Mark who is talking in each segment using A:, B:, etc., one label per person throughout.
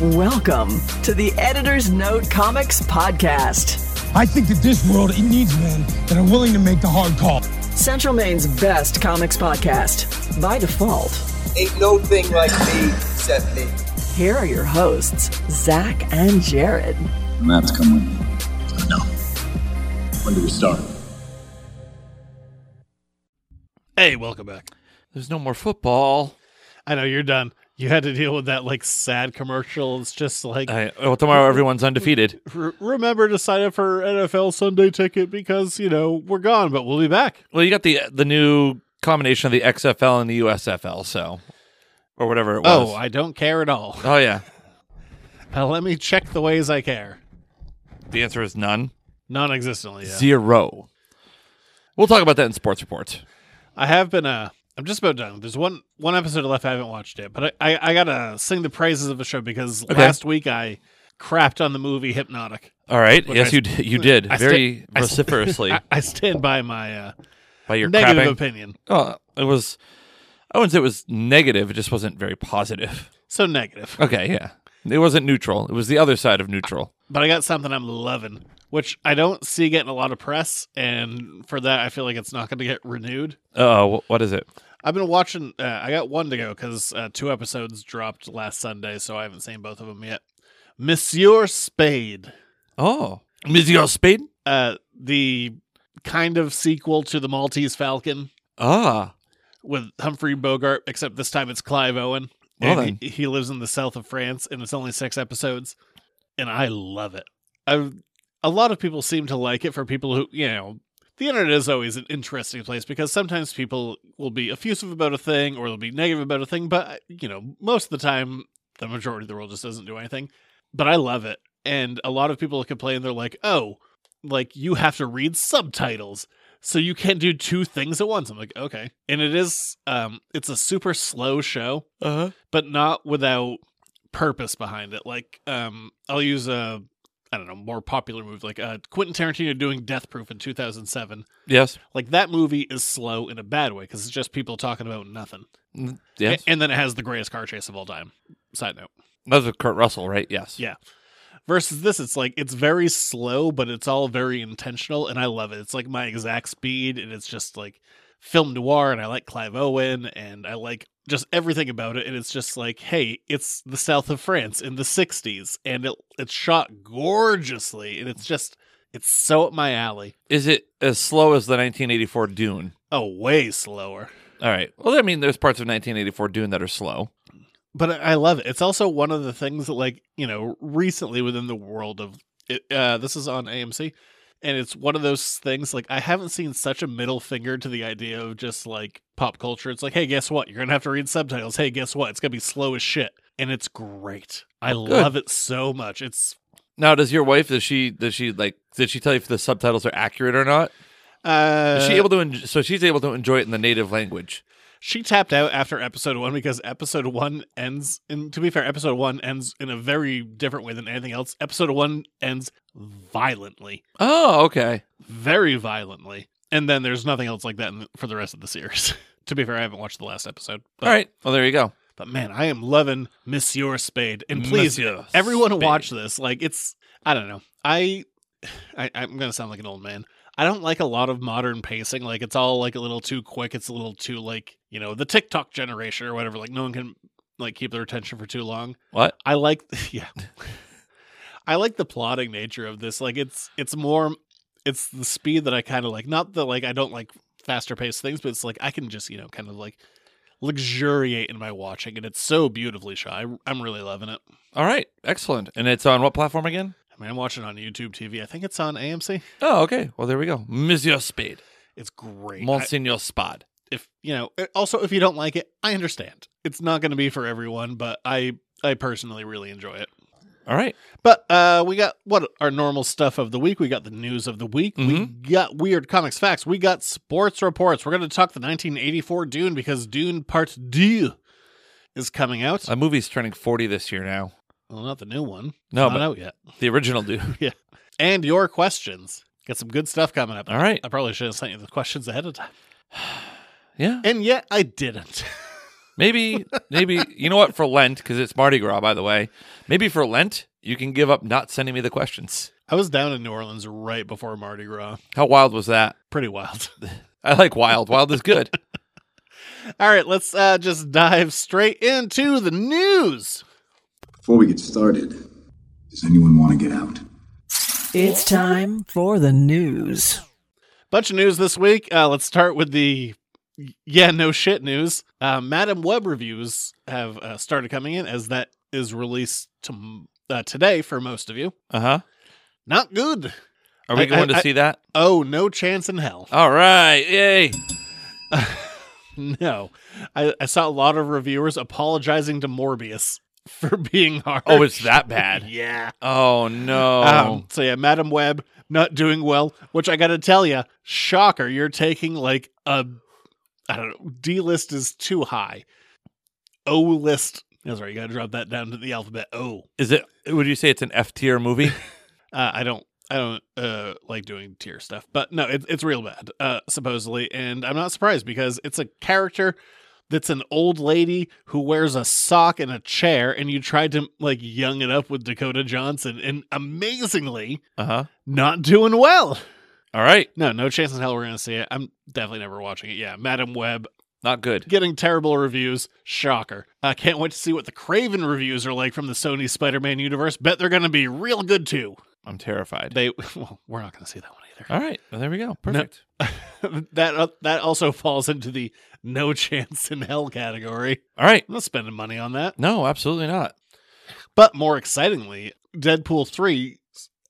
A: Welcome to the Editor's Note Comics Podcast,
B: I think that this world it needs men that are willing to make the hard call.
A: Central Maine's best comics podcast. By default,
C: Ain't no thing like me, except me.
A: here are your hosts, Zach and Jared.
D: Maps come with me. No. When do we start?
E: Hey, welcome back.
F: There's no more football.
E: I know you're done. You had to deal with that like sad commercial. It's just like
F: I, well, tomorrow everyone's undefeated.
E: re- remember to sign up for NFL Sunday ticket because you know we're gone, but we'll be back.
F: Well, you got the the new combination of the XFL and the USFL, so or whatever it was.
E: Oh, I don't care at all.
F: oh yeah.
E: Uh, let me check the ways I care.
F: The answer is none.
E: Non-existently. Yeah.
F: Zero. We'll talk about that in sports reports.
E: I have been. Uh, I'm just about done. There's one one episode left. I haven't watched it, but I I, I gotta sing the praises of the show because last week I crapped on the movie Hypnotic.
F: All right.
E: Look,
F: yes,
E: I-
F: you d- you did
E: I sta-
F: very
E: I sta-
F: vociferously
E: I, I stand by my uh,
F: by your
E: negative
F: crapping.
E: opinion.
F: Oh, it was. I wouldn't say it was negative. It just wasn't very positive.
E: So negative.
F: Okay. Yeah. It wasn't neutral. It was the other side of neutral.
E: but I got something I'm loving, which I don't see getting a lot of press, and for that, I feel like it's not going to get renewed.
F: Oh, what is it?
E: I've been watching. Uh, I got one to go because uh, two episodes dropped last Sunday, so I haven't seen both of them yet. Monsieur Spade,
F: Oh, Monsieur Spade.
E: uh, the kind of sequel to the Maltese Falcon
F: Ah,
E: with Humphrey Bogart, except this time it's Clive Owen.
F: Well
E: and he, he lives in the south of France, and it's only six episodes, and I love it. I, a lot of people seem to like it. For people who, you know, the internet is always an interesting place because sometimes people will be effusive about a thing or they'll be negative about a thing, but you know, most of the time, the majority of the world just doesn't do anything. But I love it, and a lot of people complain. They're like, "Oh, like you have to read subtitles." so you can't do two things at once. I'm like, okay. And it is um it's a super slow show,
F: Uh-huh.
E: but not without purpose behind it. Like um I'll use a I don't know, more popular movie like uh Quentin Tarantino doing Death Proof in 2007.
F: Yes.
E: Like that movie is slow in a bad way cuz it's just people talking about nothing.
F: Mm, Yes.
E: A- and then it has the greatest car chase of all time. Side note.
F: That's with Kurt Russell, right? Yes.
E: Yeah. Versus this, it's like it's very slow, but it's all very intentional, and I love it. It's like my exact speed, and it's just like film noir, and I like Clive Owen, and I like just everything about it. And it's just like, hey, it's the south of France in the '60s, and it it's shot gorgeously, and it's just it's so up my alley.
F: Is it as slow as the 1984 Dune?
E: Oh, way slower.
F: All right. Well, I mean, there's parts of 1984 Dune that are slow.
E: but I I love it. It's also one of the things that, like, you know, recently within the world of it, uh, this is on AMC, and it's one of those things. Like, I haven't seen such a middle finger to the idea of just like pop culture. It's like, hey, guess what? You're gonna have to read subtitles. Hey, guess what? It's gonna be slow as shit, and it's great. I love it so much. It's
F: Now, does your wife does she does she like did she tell you if the subtitles are accurate or not?
E: uh,
F: Is she able to en- so she's able to enjoy it in the native language.
E: she tapped out after episode one because episode one ends and to be fair episode one ends in a very different way than anything else episode one ends violently
F: Oh, okay.
E: very violently. And then there's nothing else like that in, for the rest of the series. to be fair, I haven't watched the last episode. But,
F: All right. Well, there you go.
E: But man, I am loving Monsieur Spade. And please,
F: Monsieur
E: everyone
F: Spade.
E: watch this. Like it's, I don't know. I, I I'm gonna sound like an old man. I don't like a lot of modern pacing. Like it's all like a little too quick. It's a little too like you know the TikTok generation or whatever. Like no one can like keep their attention for too long.
F: What?
E: I like yeah. I like the plotting nature of this. Like it's it's more it's the speed that I kind of like. Not that like I don't like faster paced things, but it's like I can just, you know, kind of like luxuriate in my watching and it's so beautifully shot. I, I'm really loving it.
F: All right. Excellent. And it's on what platform again?
E: I mean, I'm watching it on YouTube TV. I think it's on AMC.
F: Oh, okay. Well, there we go. Monsieur Spade,
E: It's great. I-
F: Monsignor Spade.
E: if, you know, eh, also if you don't like it, I understand. It's not going to be for everyone, but I I personally really enjoy it.
F: All right.
E: But uh, we got what our normal stuff of the week. We got the news of the week.
F: Mm-hmm.
E: We got weird comics facts. We got sports reports. We're going to talk the 1984 Dune because Dune Part Deux is coming out.
F: A movie's turning 40 this year now.
E: well, not the new one.
F: No,
E: not
F: but-
E: out yet.
F: The original dude.
E: And your questions. Got some good stuff coming up.
F: All right.
E: I probably should have sent you the questions ahead of time,
F: Yeah.
E: and yet I didn't.
F: Maybe, maybe you know what? For Lent, because it's Mardi Gras, by the way. Maybe for Lent, you can give up not sending me the questions.
E: I was down in New Orleans right before Mardi Gras.
F: How wild was that?
E: Pretty wild.
F: I like wild. Wild is good.
E: All right, let's uh, just dive straight into the news.
D: Before we get started, does anyone want to get out?
A: It's time for the news.
E: Bunch of news this week. Uh, let's start with the yeah, no shit news. Uh, Madam Web reviews have uh, started coming in as that is released to, uh, today for most of you.
F: Uh huh.
E: Not good.
F: Are we
E: I-
F: going to
E: I-
F: see that?
E: Oh, no chance in hell.
F: All right. Yay.
E: No. I, I saw a lot of reviewers apologizing to Morbius for being hard.
F: Oh, it's that bad.
E: yeah.
F: Oh no.
E: Um, so yeah, Madam Web not doing well, which I got to tell you, shocker, you're taking like a I don't know, D list is too high. O list. That's right. You got to drop that down to the alphabet O.
F: is it? Would you say it's an F tier movie?
E: Uh, I don't, I don't uh, like doing tier stuff, but no, it, it's real bad, uh, supposedly, and I'm not surprised because it's a character that's an old lady who wears a sock and a chair, and you tried to like young it up with Dakota Johnson, and amazingly,
F: Uh huh.
E: not doing well.
F: All right.
E: No, no chance in hell we're gonna see it. I'm definitely never watching it. Yeah, Madam Web
F: Not good.
E: getting terrible reviews. Shocker. I can't wait to see what the Craven reviews are like from the Sony Spider-Man universe. Bet they're gonna be real good too.
F: I'm terrified.
E: They well, we're not going to see that one either.
F: All right. Well, there we go. Perfect.
E: that uh, that also falls into the no chance in hell category.
F: All right.
E: I'm not spending money on that.
F: No, absolutely not.
E: But more excitingly, Deadpool three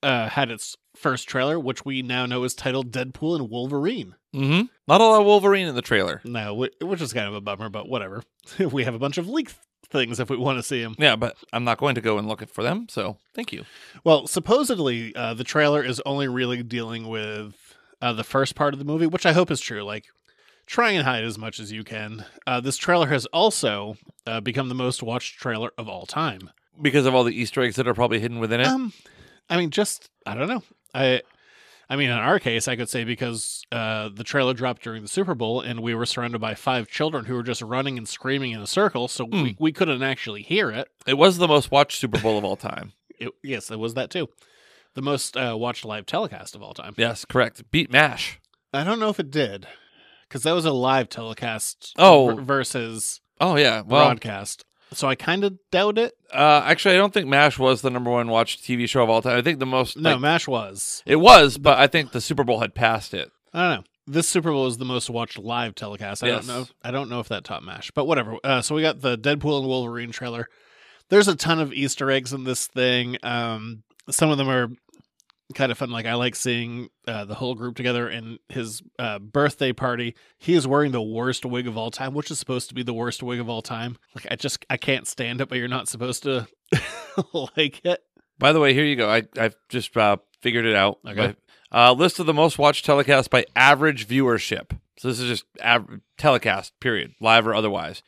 E: uh, had its first trailer, which we now know is titled Deadpool and Wolverine.
F: Mm-hmm. Not a lot of Wolverine in the trailer.
E: No, whi- which is kind of a bummer, but whatever. we have a bunch of leaked things if we want to see him.
F: Yeah, but I'm not going to go and look for them. So thank you.
E: Well, supposedly uh, the trailer is only really dealing with uh, the first part of the movie, which I hope is true. Like, try and hide as much as you can. Uh, this trailer has also uh, become the most watched trailer of all time.
F: Because of all the Easter eggs that are probably hidden within it.
E: Um, I mean, just I don't know. I, I mean, in our case, I could say because uh, the trailer dropped during the Super Bowl, and we were surrounded by five children who were just running and screaming in a circle, so we, we couldn't actually hear it.
F: it was the most watched Super Bowl of all time.
E: it yes, there was that too. The most uh, watched live telecast of all time.
F: Yes, correct. Beat MASH.
E: I don't know if it did, because that was a live telecast.
F: Oh.
E: ver- versus
F: Oh yeah. Well,
E: broadcast. So I kind of doubt it.
F: uh, actually, I don't think MASH was the number one watched TV show of all time. I think the most.
E: No,
F: like,
E: Mash was.
F: it was, but I think the Super Bowl had passed it.
E: I don't know. This Super Bowl is the most watched live telecast. I
F: Yes.
E: don't know. I don't know if that topped Mash, but whatever. Uh, so we got the Deadpool and Wolverine trailer. There's a ton of Easter eggs in this thing. Um, some of them are kind of fun. Like I like seeing uh, the whole group together in his uh, birthday party. He is wearing the worst wig of all time, which is supposed to be the worst wig of all time. Like I just I can't stand it, but you're not supposed to like it.
F: By the way, here you go. I I've just uh, figured it out.
E: Okay.
F: Uh, list of the most watched telecasts by average viewership. So this is just av- telecast, period, live or otherwise.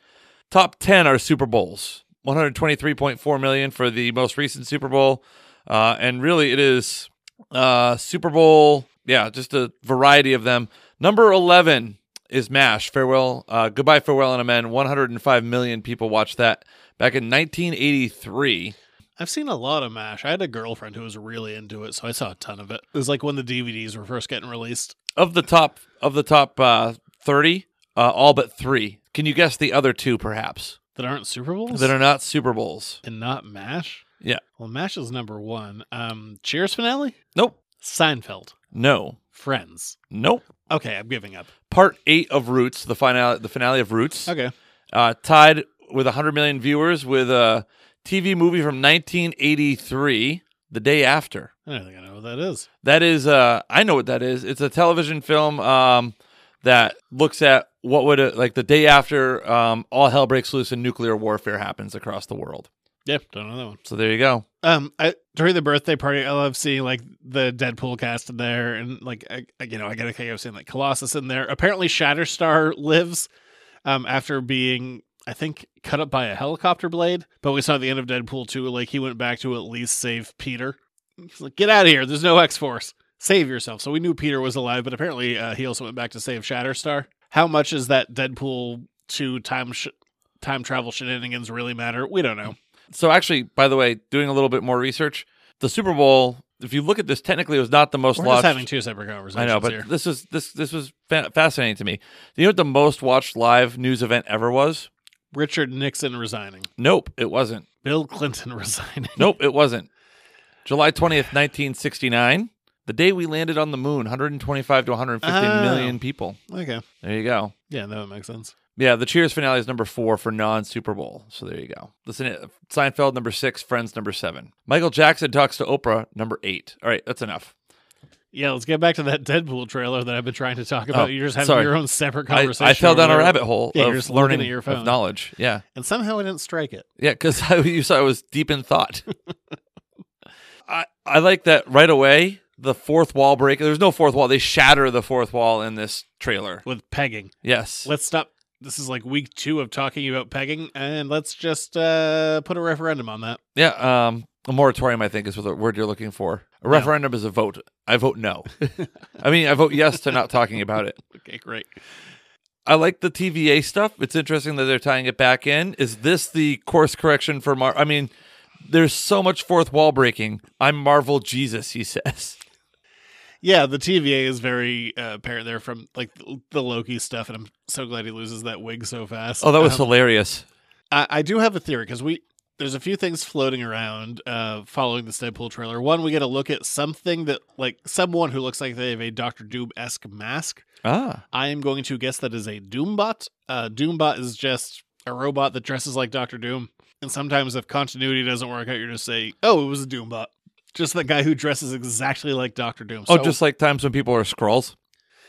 F: Top ten are Super Bowls. One hundred twenty-three point four million for the most recent Super Bowl, uh, and really it is uh, Super Bowl. Yeah, just a variety of them. Number eleven is Mash. Farewell, uh, goodbye, farewell, and amen. One hundred and five million people watched that back in nineteen eighty-three.
E: I've seen a lot of MASH. I had a girlfriend who was really into it, so I saw a ton of it. It was like when the DVDs were first getting released.
F: of the top of the top uh, thirty, uh, all but three. Can you guess the other two, perhaps
E: that aren't Super Bowls
F: that are not Super Bowls?
E: and not Mash.
F: Yeah.
E: Well, Mash is number one. Um, Cheers finale,
F: Nope.
E: Seinfeld,
F: No.
E: Friends.
F: Nope.
E: Okay, I'm giving up.
F: Part eight of Roots, the finale, the finale of Roots,
E: Okay,
F: uh, tied with hundred million viewers with a TV movie from 1983, The Day After.
E: I don't think I know what that is.
F: That is, uh, I know what that is. It's a television film um, that looks at what would a, like the day after um, all hell breaks loose and nuclear warfare happens across the world.
E: Yep, don't know that one.
F: So there you go.
E: Um, I, during the birthday party, I love seeing like the Deadpool cast in there, and like I, I- you know, I gotta think I've seen like Colossus in there. Apparently, Shatterstar lives um after being. I think cut up by a helicopter blade, but we saw at the end of Deadpool 2, like he went back to at least save Peter. He's like, get out of here. There's no X Force. Save yourself. So we knew Peter was alive, but apparently uh, he also went back to save Shatterstar. How much is that Deadpool 2 time sh- time travel shenanigans really matter. We don't know.
F: So actually, by the way, doing a little bit more research, the Super Bowl. If you look at this, technically, it was not the most
E: We're
F: watched.
E: just having two separate conversations
F: I know, but
E: here.
F: this is this this was fa- fascinating to me. Do you know what the most watched live news event ever was?
E: Richard Nixon resigning.
F: Nope, it wasn't.
E: Bill Clinton resigning.
F: Nope, it wasn't. July twentieth, nineteen sixty nine, the day we landed on the moon. One hundred and twenty five to one hundred fifty million
E: Oh.
F: people.
E: Okay.
F: There you go.
E: Yeah, that would make sense.
F: Yeah, the Cheers finale is number four for non Super Bowl. So there you go. Listen, uh, Seinfeld number six, Friends number seven, Michael Jackson talks to Oprah number eight. All right, that's enough.
E: Yeah, let's get back to that Deadpool trailer that I've been trying to talk about. you're just having
F: Oh, sorry.
E: your own separate
F: I,
E: conversation.
F: I fell
E: over
F: down a
E: there.
F: rabbit hole
E: Yeah,
F: of
E: you're just looking
F: learning
E: at your
F: of
E: phone.
F: knowledge. Yeah,
E: and somehow I didn't strike it.
F: yeah, because you saw I was deep in thought. I I like that right away. The fourth wall break. There's no fourth wall. They shatter the fourth wall in this trailer.
E: with pegging.
F: Yes.
E: Let's stop. This is like week two of talking about pegging, and let's just uh, put a referendum on that.
F: Yeah. Um. A moratorium, I think, is what the word you're looking for. A referendum is a vote. I vote no. I mean, I vote yes to not talking about it.
E: Okay, great.
F: I like the TVA stuff. It's interesting that they're tying it back in. Is this the course correction for Mar? I mean, there's so much fourth wall breaking. I'm Marvel Jesus, he says.
E: Yeah, the TVA is very uh, apparent there from like the, the Loki stuff, and I'm so glad he loses that wig so fast.
F: Oh, that was
E: Um,
F: hilarious.
E: I, I do have a theory because we there's a few things floating around uh, following this Deadpool trailer. One, we get a look at something that like someone who looks like they have a Doctor Doom esque mask.
F: Ah,
E: I am going to guess that is a Doombot. Uh, Doombot is just a robot that dresses like Doctor Doom. And sometimes, if continuity doesn't work out, you're just say, "Oh, it was a Doombot." Just that guy who dresses exactly like Doctor Doom.
F: oh,
E: So-
F: just like times when people are scrolls.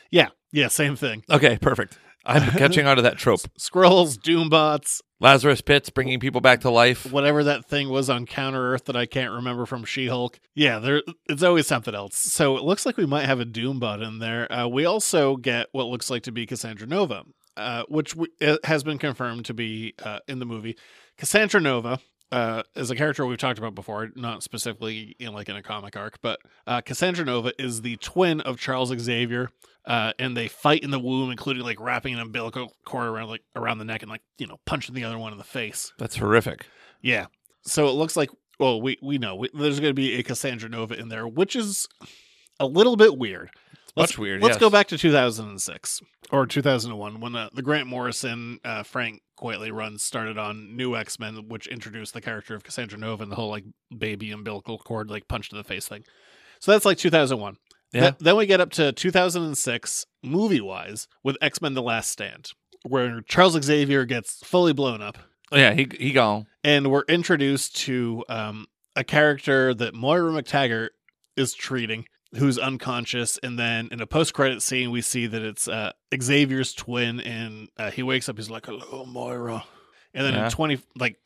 E: yeah, yeah, same thing.
F: Okay, perfect. I'm catching on to that trope.
E: Scrolls, Doombots,
F: Lazarus Pits bringing people back to life.
E: whatever that thing was on Counter Earth that I can't remember from She Hulk. Yeah, there it's always something else. So it looks like we might have a Doombot in there. Uh, we also get what looks like to be Cassandra Nova, uh, which we, it has been confirmed to be uh, in the movie. Cassandra Nova. Uh, is a character we've talked about before, not specifically in like in a comic arc, but uh, Cassandra Nova is the twin of Charles Xavier, uh, and they fight in the womb, including like wrapping an umbilical cord around like around the neck and like you know punching the other one in the face.
F: That's horrific.
E: Yeah. So it looks like well, we we know we, there's going to be a Cassandra Nova in there, which is a little bit weird.
F: much weird,
E: Let's
F: yes.
E: go back to 2006 or 2001 when uh, the Grant Morrison uh, Frank Quitely run started on New X Men, which introduced the character of Cassandra Nova and the whole like baby umbilical cord like punch to the face thing. So that's like 2001.
F: Yeah.
E: Th- then we get up to 2006 movie wise with X Men: The Last Stand, where Charles Xavier gets fully blown up
F: Yeah, he he gone.
E: and we're introduced to um, a character that Moira McTaggart is treating, who's unconscious, and then in a post-credit scene, we see that it's uh, Xavier's twin, and uh, he wakes up. He's like, "Hello, Moira," and then
F: Yeah.
E: in twenty like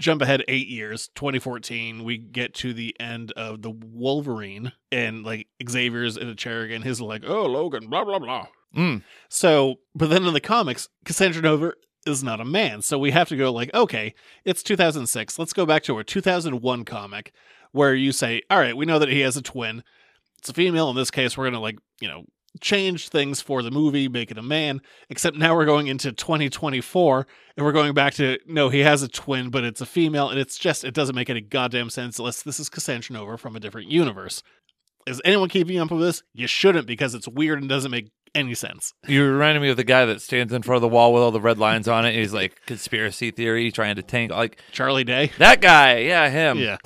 E: jump ahead eight years 2014 we get to the end of the wolverine and like xavier's in a chair again his like oh logan blah blah blah
F: Mm.
E: so, but then in the comics, Cassandra Nova is not a man. So we have to go like, okay, it's 2006. Let's go back to our 2001 comic where you say, all right, we know that he has a twin. It's a female. In this case, we're going to like, you know, change things for the movie, make it a man. Except now we're going into 2024 and we're going back to, no, he has a twin, but it's a female. And it's just, it doesn't make any goddamn sense unless this is Cassandra Nova from a different universe. Is anyone keeping up with this? You shouldn't because it's weird and doesn't make any sense.
F: You reminded me of the guy that stands in front of the wall with all the red lines on it. And he's like conspiracy theory, trying to tangle. Like
E: Charlie Day.
F: that guy. Yeah, him.
E: yeah.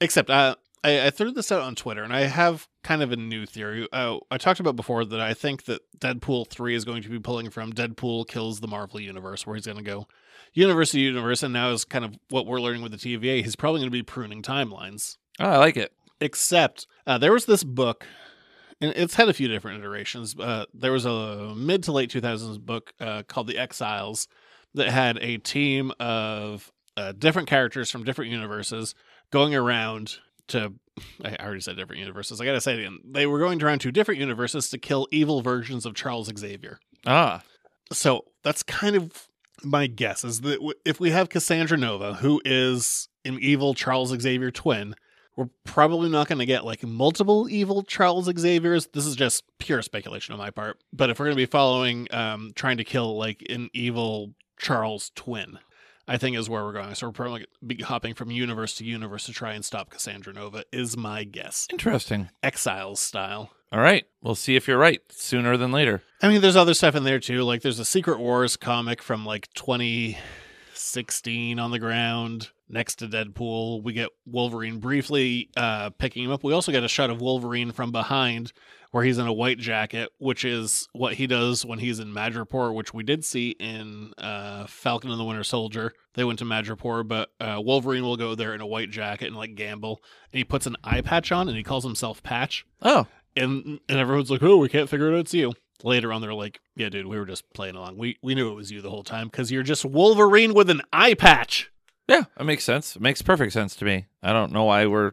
E: Except uh, I, I threw this out on Twitter, and I have kind of a new theory. Uh, I talked about before that I think that Deadpool three is going to be pulling from Deadpool kills the Marvel universe, where he's going to go universe to universe, and now is kind of what we're learning with the TVA. He's probably going to be pruning timelines.
F: Oh, I like it.
E: Except uh, there was this book, and it's had a few different iterations. Uh, there was a mid to late 2000s book uh, called The Exiles that had a team of uh, different characters from different universes going around to. I already said different universes. I got to say it again. They were going around to different universes to kill evil versions of Charles Xavier
F: Ah,
E: so that's kind of my guess is that w- if we have Cassandra Nova, who is an evil Charles Xavier twin, we're probably not going to get like multiple evil Charles Xaviers. This is just pure speculation on my part. But if we're going to be following, um, trying to kill like an evil Charles twin, I think is where we're going. So we're probably gonna be hopping from universe to universe to try and stop Cassandra Nova. Is my guess,
F: Interesting.
E: Exiles style.
F: All right. We'll see if you're right sooner than later.
E: I mean, there's other stuff in there too. Like there's a Secret Wars comic from like 2016 on the ground next to Deadpool. We get Wolverine briefly uh, picking him up. We also get a shot of Wolverine from behind where he's in a white jacket, which is what he does when he's in Madripoor, which we did see in uh, Falcon and the Winter Soldier. They went to Madripoor, but uh, Wolverine will go there in a white jacket and like gamble. And he puts an eye patch on and he calls himself Patch
F: Oh,
E: and and everyone's like, "Oh, we can't figure it out. It's you." Later on, they're like, "Yeah, dude, we were just playing along. We we knew it was you the whole time because you're just Wolverine with an eye patch."
F: yeah. That makes sense. It makes perfect sense to me. I don't know why we're.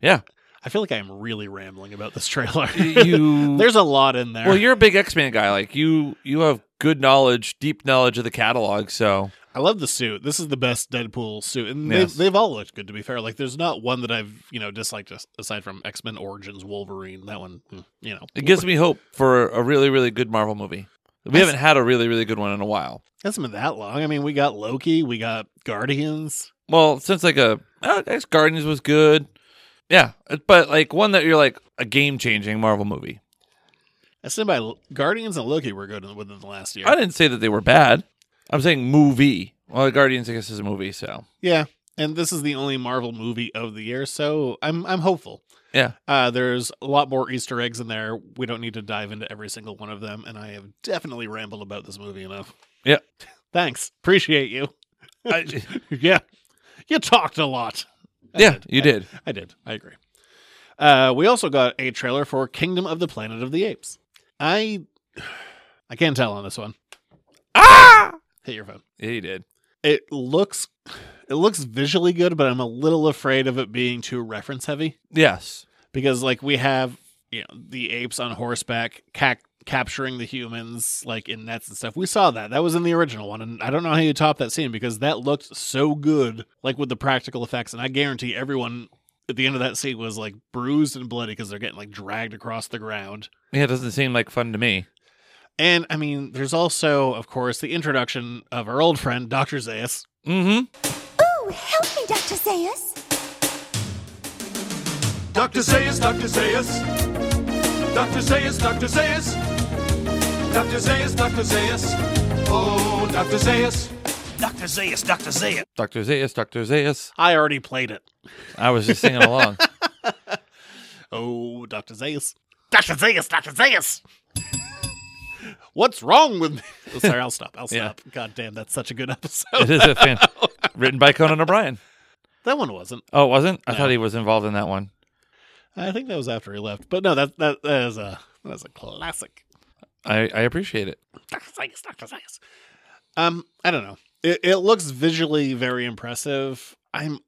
F: Yeah.
E: I feel like I'm really rambling about this trailer.
F: You.
E: There's a lot in there.
F: well, you're a big X Men guy. Like you, you have good knowledge, deep knowledge of the catalog. So
E: I love the suit. This is the best Deadpool suit, and
F: Yes.
E: they, they've all looked good. To be fair, like there's not one that I've you know disliked as- aside from X Men Origins Wolverine. That one, mm, you know,
F: it gives me hope for a really, really good Marvel movie. We haven't had a really, really good one in a while.
E: hasn't been that long. I mean, we got Loki, we got Guardians.
F: Well, since like a uh, X Guardians was good. Yeah, but like one that you're like a game changing Marvel movie.
E: I said by L- Guardians and Loki were good in- within the last year.
F: I didn't say that they were bad. I'm saying movie. Well, Guardians, I guess, is a movie, so
E: Yeah, and this is the only Marvel movie of the year, so I'm I'm hopeful.
F: Yeah.
E: uh, there's a lot more Easter eggs in there. We don't need to dive into every single one of them, and I have definitely rambled about this movie enough.
F: Yeah.
E: thanks, appreciate you.
F: I-
E: yeah, you talked a lot. I
F: yeah, you did.
E: I, I did. I agree. Uh, we also got a trailer for Kingdom of the Planet of the Apes. I I can't tell on this one.
F: Ah,
E: Hit your phone.
F: yeah, you did.
E: it looks it looks visually good but i'm a little afraid of it being too reference heavy
F: Yes,
E: because like we have you know the apes on horseback ca- capturing the humans like in nets and stuff we saw that that was in the original one and i don't know how you top that scene because that looked so good like with the practical effects and i guarantee everyone at the end of that scene was like bruised and bloody because they're getting like dragged across the ground
F: yeah, it doesn't seem like fun to me.
E: and i mean there's also of course the introduction of our old friend dr zayas
F: Mm-hmm.
G: Ooh, Oh, help me, Dr. Zayas.
H: Dr. Zayas, Dr. Zayas. Dr. Zayas, Dr. Zayas. Dr. Zayas, Dr. Zayas. Oh, Dr. Zayas.
I: Dr. Zayas, Dr. Zayas.
F: Doctor Zayas, Doctor Zayas.
E: i already played it
F: I was just singing along.
E: Oh, Dr. Zeus. Dr. Zeus, Dr. Zeus. What's wrong with me? Oh, sorry, I'll stop. I'll
F: Yeah.
E: stop. God damn, that's such a good
F: It
E: episode.
F: is a fan written by Conan O'Brien.
E: that one wasn't.
F: Oh, it wasn't? I thought he was involved in that one.
E: I think that was after he left. But no, that that, that is a that's a classic.
F: I, I appreciate it.
E: Dr. Zeus, Dr. Zeus. Um, I don't know. It, it looks visually very impressive. I'm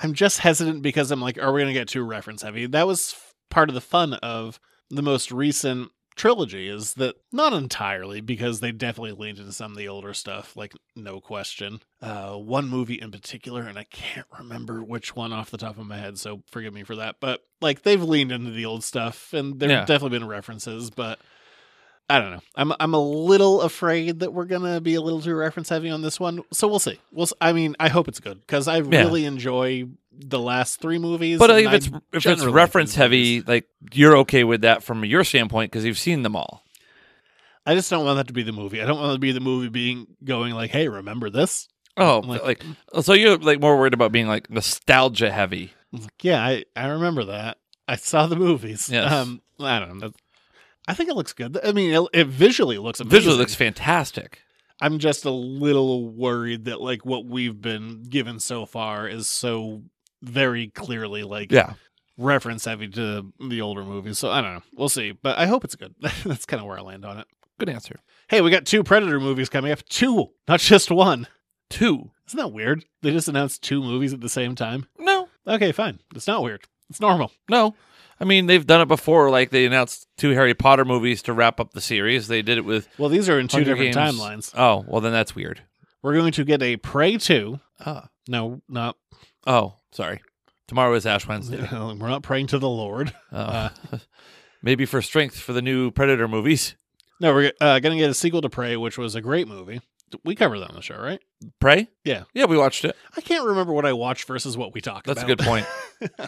E: I'm just hesitant because I'm like, are we gonna get too reference heavy? That was f- part of the fun of the most recent trilogy is that not entirely because they definitely leaned into some of the older stuff like no question uh one movie in particular and i can't remember which one off the top of my head so forgive me for that but like they've leaned into the old stuff and there've
F: Yeah.
E: definitely been references but i don't know i'm i'm a little afraid that we're gonna be a little too reference heavy on this one so we'll see we'll s- i mean i hope it's good because i
F: Yeah.
E: really enjoy the last three movies
F: But
E: and
F: if
E: I
F: it's if it's
E: generally like
F: reference
E: these
F: heavy,
E: movies.
F: like you're okay with that from your standpoint because you've seen them all.
E: i just don't want that to be the movie i don't want it to be the movie being going like hey remember this
F: Oh,
E: Like-
F: like, so you're like more worried about being like nostalgia heavy.
E: I was like, yeah, I, I remember that. I saw the movies.
F: Yes.
E: Um, I don't know. That- I think it looks good. I mean, it, it visually looks amazing.
F: Visually looks fantastic.
E: I'm just a little worried that like what we've been given so far is so very clearly like
F: Yeah.
E: reference heavy to the older movies. So I don't know. We'll see. But I hope it's good. That's kind of where I land on it.
F: Good answer.
E: Hey, we got two Predator movies coming up. Two, not just one.
F: Two.
E: Isn't that weird? They just announced two movies at the same time.
F: No.
E: Okay, fine. It's not weird. It's normal.
F: No. I mean, they've done it before. Like they announced two Harry Potter movies to wrap up the series. They did it with
E: Well, these are in two
F: Hunger
E: different
F: Games.
E: timelines.
F: Oh, well, then that's weird.
E: We're going to get a Prey 2.
F: Ah.
E: No, not
F: Oh, sorry. Tomorrow is Ash Wednesday.
E: we're not praying to the Lord.
F: Oh. Maybe for strength for the new Predator movies.
E: No, we're uh, going to get a sequel to Prey, which was a great movie. We covered that on the show, right?
F: Prey?
E: Yeah.
F: Yeah, we watched it.
E: I can't remember what I watched versus what we talked
F: That's
E: about.
F: a good point.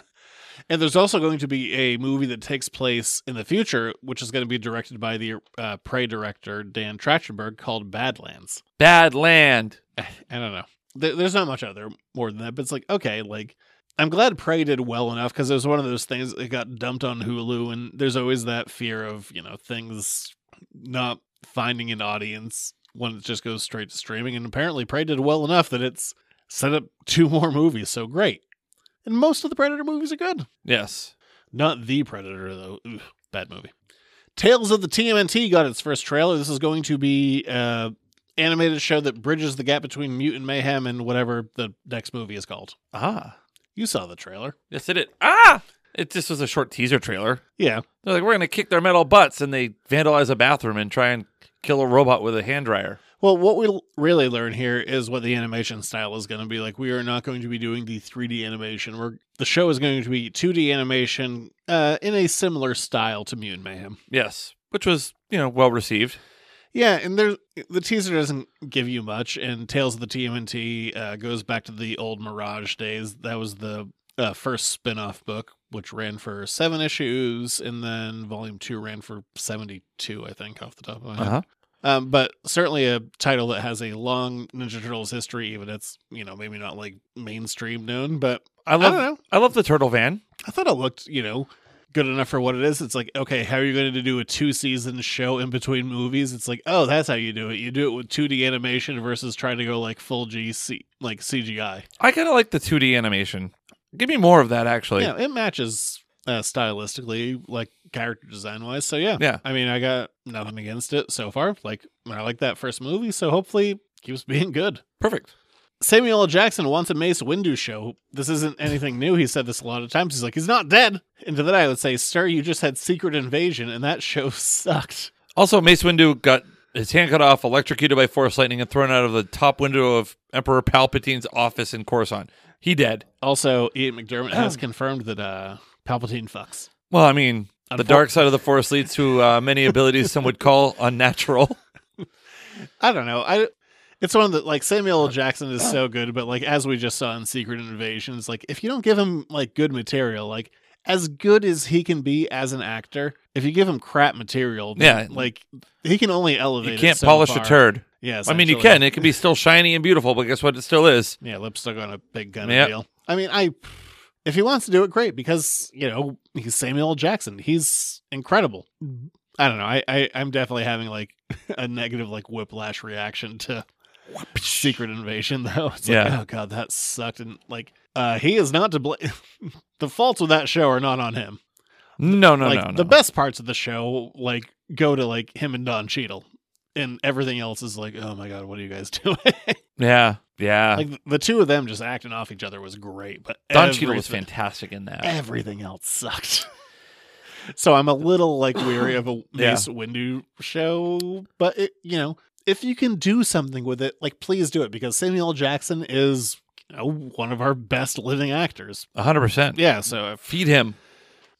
E: And there's also going to be a movie that takes place in the future, which is going to be directed by the uh, Prey director Dan Trachtenberg called Badlands.
F: Bad Land.
E: I don't know. There, there's not much out there more than that, but it's like, okay, like, I'm glad Prey did well enough because it was one of those things that got dumped on Hulu, and there's always that fear of, you know, things not finding an audience when it just goes straight to streaming. And apparently, Prey did well enough that it's set up two more movies, so great. And most of the Predator movies are good.
F: Yes.
E: Not the Predator, though. Ugh, bad movie. Tales of the TMNT got its first trailer. This is going to be an animated show that bridges the gap between Mutant Mayhem and whatever the next movie is called.
F: Ah.
E: You saw the trailer.
F: Yes, it is. Ah! It just was a short teaser trailer.
E: Yeah.
F: They're like, we're going to kick their metal butts, and they vandalize a bathroom and try and kill a robot with a hand dryer.
E: Well, what we l- really learn here is what the animation style is going to be like. We are not going to be doing the 3D animation. We're, the show is going to be 2D animation uh, in a similar style to Mutant Mayhem.
F: Yes. Which was, you know, well received.
E: Yeah, and there's the teaser doesn't give you much. And Tales of the TMNT uh, goes back to the old Mirage days. That was the uh, first spin-off book, which ran for seven issues, and then Volume Two ran for seventy-two, I think, off the top of my head.
F: Uh-huh.
E: Um, but certainly a title that has a long Ninja Turtles history, even it's you know maybe not like mainstream known, but
F: I
E: I don't
F: love
E: know.
F: I, love the turtle van.
E: I thought it looked you know good enough for what it is. It's like okay, how are you going to do a two season show in between movies? It's like oh, that's how you do it. You do it with two D animation versus trying to go like full GC like CGI.
F: I kind of like the 2D animation. Give me more of that actually.
E: yeah, it matches uh, stylistically, like character design wise. So yeah,
F: Yeah.
E: I mean, I got nothing against it so far. Like I like that first movie, so hopefully keeps being good.
F: Perfect.
E: Samuel L. Jackson wants a Mace Windu show. This isn't anything new. He said this a lot of times. He's like, he's not dead. And to that, I would say, sir, you just had Secret Invasion, and that show sucked.
F: Also, Mace Windu got his hand cut off, electrocuted by force lightning, and thrown out of the top window of Emperor Palpatine's office in Coruscant. He dead.
E: Also, Ian McDermott has
F: Oh.
E: confirmed that uh, Palpatine fucks.
F: Well, I mean, the dark side of the force leads to uh, many abilities some would call unnatural.
E: I don't know. I it's one that like
F: Oh.
E: Samuel L. Jackson is so good, but like as we just saw in Secret Invasion, it's like if you don't give him like good material, like as good as he can be as an actor, if you give him crap material, then,
F: Yeah.
E: like he can only elevate.
F: You
E: it
F: can't
E: so
F: polish
E: far.
F: a turd.
E: Yeah,
F: I mean, you
E: essentially.
F: can. It can be still shiny and beautiful, but guess what? It still is.
E: Yeah, lipstick on a big gun
F: Yep.
E: deal. I mean, I if he wants to do it, great because you know he's Samuel L. Jackson. He's incredible. I don't know. I, I I'm definitely having like a negative like whiplash reaction to Secret Invasion though. It's like,
F: Yeah.
E: oh god, that sucked. And like, uh, he is not to blame. the faults of that show are not on him.
F: No, no,
E: like
F: no, no.
E: the best parts of the show like go to like him and Don Cheadle, and everything else is like, oh my god, what are you guys doing?
F: Yeah, yeah.
E: like the two of them just acting off each other was great, but
F: Uh-huh. Don Cheadle was
E: everything-
F: fantastic in that.
E: Everything else sucked. so I'm a little like weary of a
F: Yeah.
E: Mace Windu show, but it, you know, if you can do something with it, like please do it because Samuel L. Jackson is you know, one of our best living actors.
F: hundred percent.
E: Yeah, so if
F: Feed him.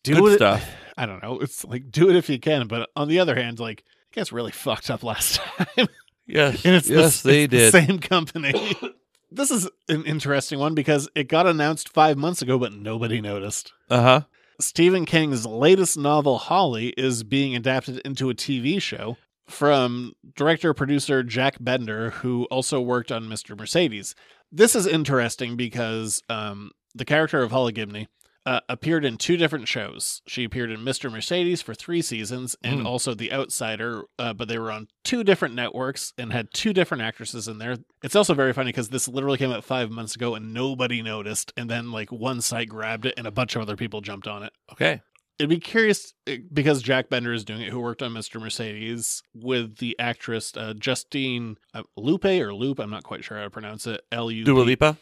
E: do
F: Good
E: it,
F: stuff.
E: I don't know. It's like do it if you can, but on the other hand, like it gets really fucked up last time.
F: Yes,
E: And it's the-
F: yes, they
E: it's
F: did.
E: The same company. this is an interesting one because it got announced five months ago, but nobody noticed.
F: Uh huh.
E: Stephen King's latest novel, Holly, is being adapted into a TV show from director producer Jack Bender, who also worked on Mr. Mercedes. This is interesting because um, the character of Holly Gibney. Uh, appeared in two different shows. She appeared in Mr. Mercedes for three seasons and
F: Mm.
E: also The Outsider, uh, but they were on two different networks and had two different actresses in there. It's also very funny because this literally came out five months ago and nobody noticed. And then, like, one site grabbed it and a bunch of other people jumped on it
F: Okay.
E: it'd be curious eh, because Jack Bender is doing it, who worked on Mr. Mercedes with the actress uh, Justine uh, Lupe or Loop. I'm not quite sure how to pronounce it. L U
F: Dua
E: P-
F: Lipa.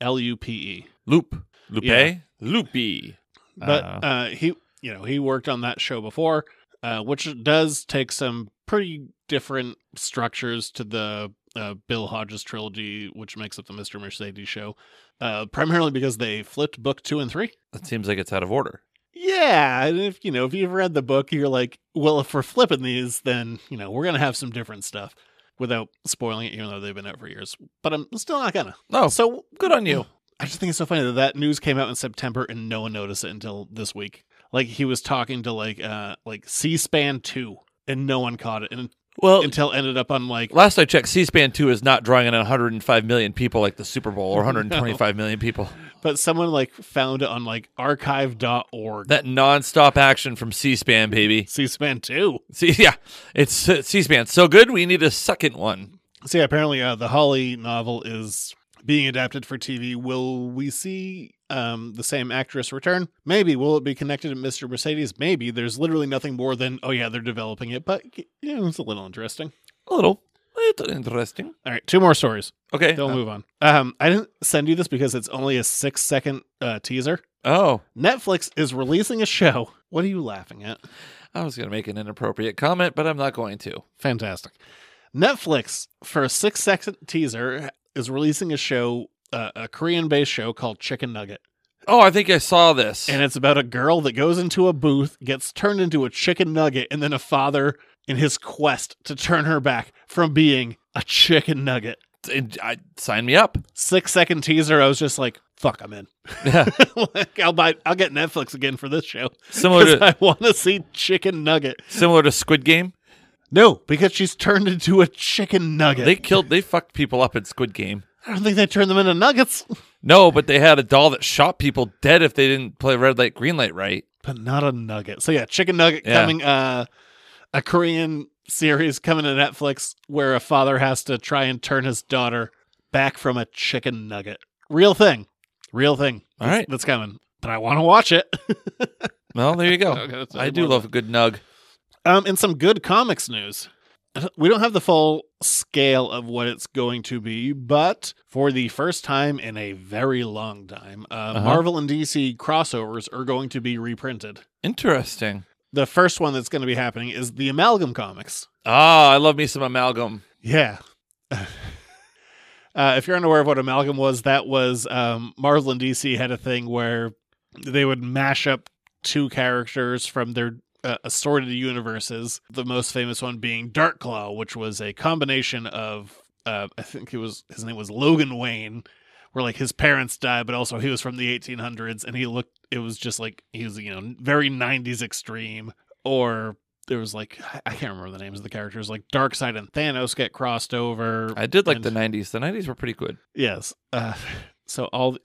E: L U P E.
F: Loop. Lupe.
E: Yeah.
F: Loopy.
E: But
F: Uh,
E: uh, he, you know, he worked on that show before, uh, which does take some pretty different structures to the uh, Bill Hodges trilogy, which makes up the Mr. Mercedes show, uh, primarily because they flipped book two and three.
F: It seems like it's out of order.
E: Yeah, and if you know if you've read the book, you're like, well, if we're flipping these, then you know we're gonna have some different stuff. without spoiling it, even though they've been out for years. But I'm still not gonna.
F: No, so
E: So
F: Oh, good on you.
E: Oh, I just think it's so funny that that news came out in September and no one noticed it until this week. Like he was talking to like uh like C-SPAN two and no one caught it and
F: Well,
E: until it ended up on like
F: last I checked, C-SPAN two is not drawing in 105 million people like the Super Bowl or 125 million people.
E: but someone like found it on like archive.org.
F: That nonstop action from C-SPAN, baby.
E: C-SPAN two.
F: See, yeah, it's uh, C-SPAN so good. We need a second one.
E: So yeah, apparently uh, the Holly novel is being adapted for TV. Will we see um, the same actress return? Maybe. Will it be connected to Mr. Mercedes? Maybe. There's literally nothing more than oh yeah, they're developing it, but you know, it's a little interesting.
F: A little, little interesting.
E: All right, two more stories.
F: Okay.
E: They'll
F: uh,
E: move on. Um, I didn't send you this because it's only a six second uh, teaser.
F: oh,
E: Netflix is releasing a show. What are you laughing at?
F: I was gonna make an inappropriate comment, but I'm not going to.
E: Fantastic. Netflix, for a six second teaser, is releasing a show, uh, a Korean based show called Chicken Nugget.
F: Oh, I think I saw this.
E: And it's about a girl that goes into a booth, gets turned into a chicken nugget, and then a father in his quest to turn her back from being a chicken nugget.
F: And I, sign me up.
E: Six second teaser, I was just like, fuck, I'm in.
F: Yeah.
E: like, I'll buy, I'll get Netflix again for this show.
F: Similar
E: 'Cause
F: to-
E: I want to see Chicken Nugget.
F: Similar to Squid Game.
E: No, because she's turned into a chicken nugget.
F: They killed. They fucked people up in Squid Game.
E: I don't think they turned them into nuggets.
F: No, but they had a doll that shot people dead if they didn't play red light, green light right.
E: but not a nugget. So yeah, chicken nugget
F: Yeah.
E: coming uh a Korean series coming to Netflix where a father has to try and turn his daughter back from a chicken nugget. Real thing. Real thing.
F: All right.
E: That's coming. But I want to watch it.
F: Well, there you go.
E: Okay, that's-
F: I do love a good nug.
E: um and some good comics news. We don't have the full scale of what it's going to be, but for the first time in a very long time, uh, Marvel and DC crossovers are going to be reprinted.
F: Interesting.
E: The first one that's going to be happening is the Amalgam Comics.
F: Ah, I love me some amalgam.
E: Yeah. uh, if you're unaware of what amalgam was, that was um, Marvel and DC had a thing where they would mash up two characters from their uh, assorted universes. The most famous one being Dark Claw, which was a combination of uh, I think it was his name was Logan Wayne, where like his parents died, but also he was from the 1800s and he looked. It was just like he was you know very 90s extreme or there was like I- I can't remember the names of the characters. Like Darkseid and Thanos get crossed over.
F: I did like
E: and-
F: the '90s. The '90s were pretty good.
E: yes. Uh, so all the,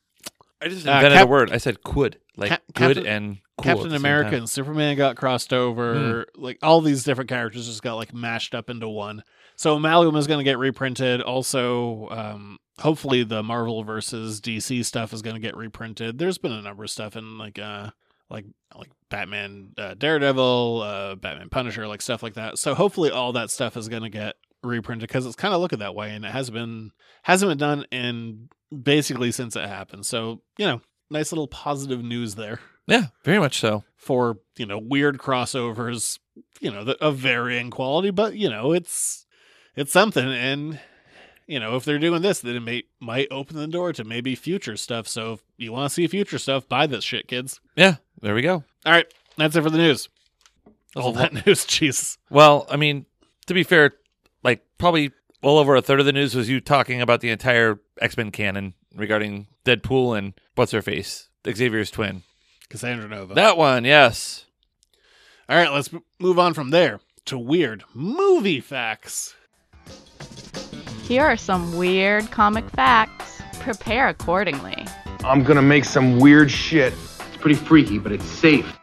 F: I just
E: Uh,
F: invented a
E: Cap-
F: word. I said "could," like
E: Cap-
F: good
E: Captain-
F: and cool at the
E: Captain
F: same
E: America
F: time. Hmm.
E: and Superman got crossed over. Like all these different characters just got like mashed up into one. So Amalgam is going to get reprinted. Also, um, hopefully the Marvel versus DC stuff is going to get reprinted. There's been a number of stuff in like uh like like Batman, uh, Daredevil, uh, Batman Punisher, like stuff like that. So hopefully all that stuff is going to get reprinted because it's kind of looking that way, and it has been hasn't been done in basically since it happened. So you know, nice little positive news there
F: Yeah, very much so.
E: for you know weird crossovers you know that of varying quality but you know it's it's something and you know if they're doing this then it may might open the door to maybe future stuff so if you want to see future stuff buy this shit kids
F: Yeah, there we go.
E: all right that's it for the news
F: That's
E: all
F: a
E: that news jesus
F: Well, I mean, to be fair, like probably well over a third of the news was you talking about the entire X Men canon regarding Deadpool and what's her face, Xavier's twin.
E: cassandra nova
F: That one, yes.
E: all right let's m- move on from there to weird movie facts
J: Here are some weird comic facts. Prepare accordingly.
K: I'm gonna make some weird shit. It's pretty freaky, but it's safe.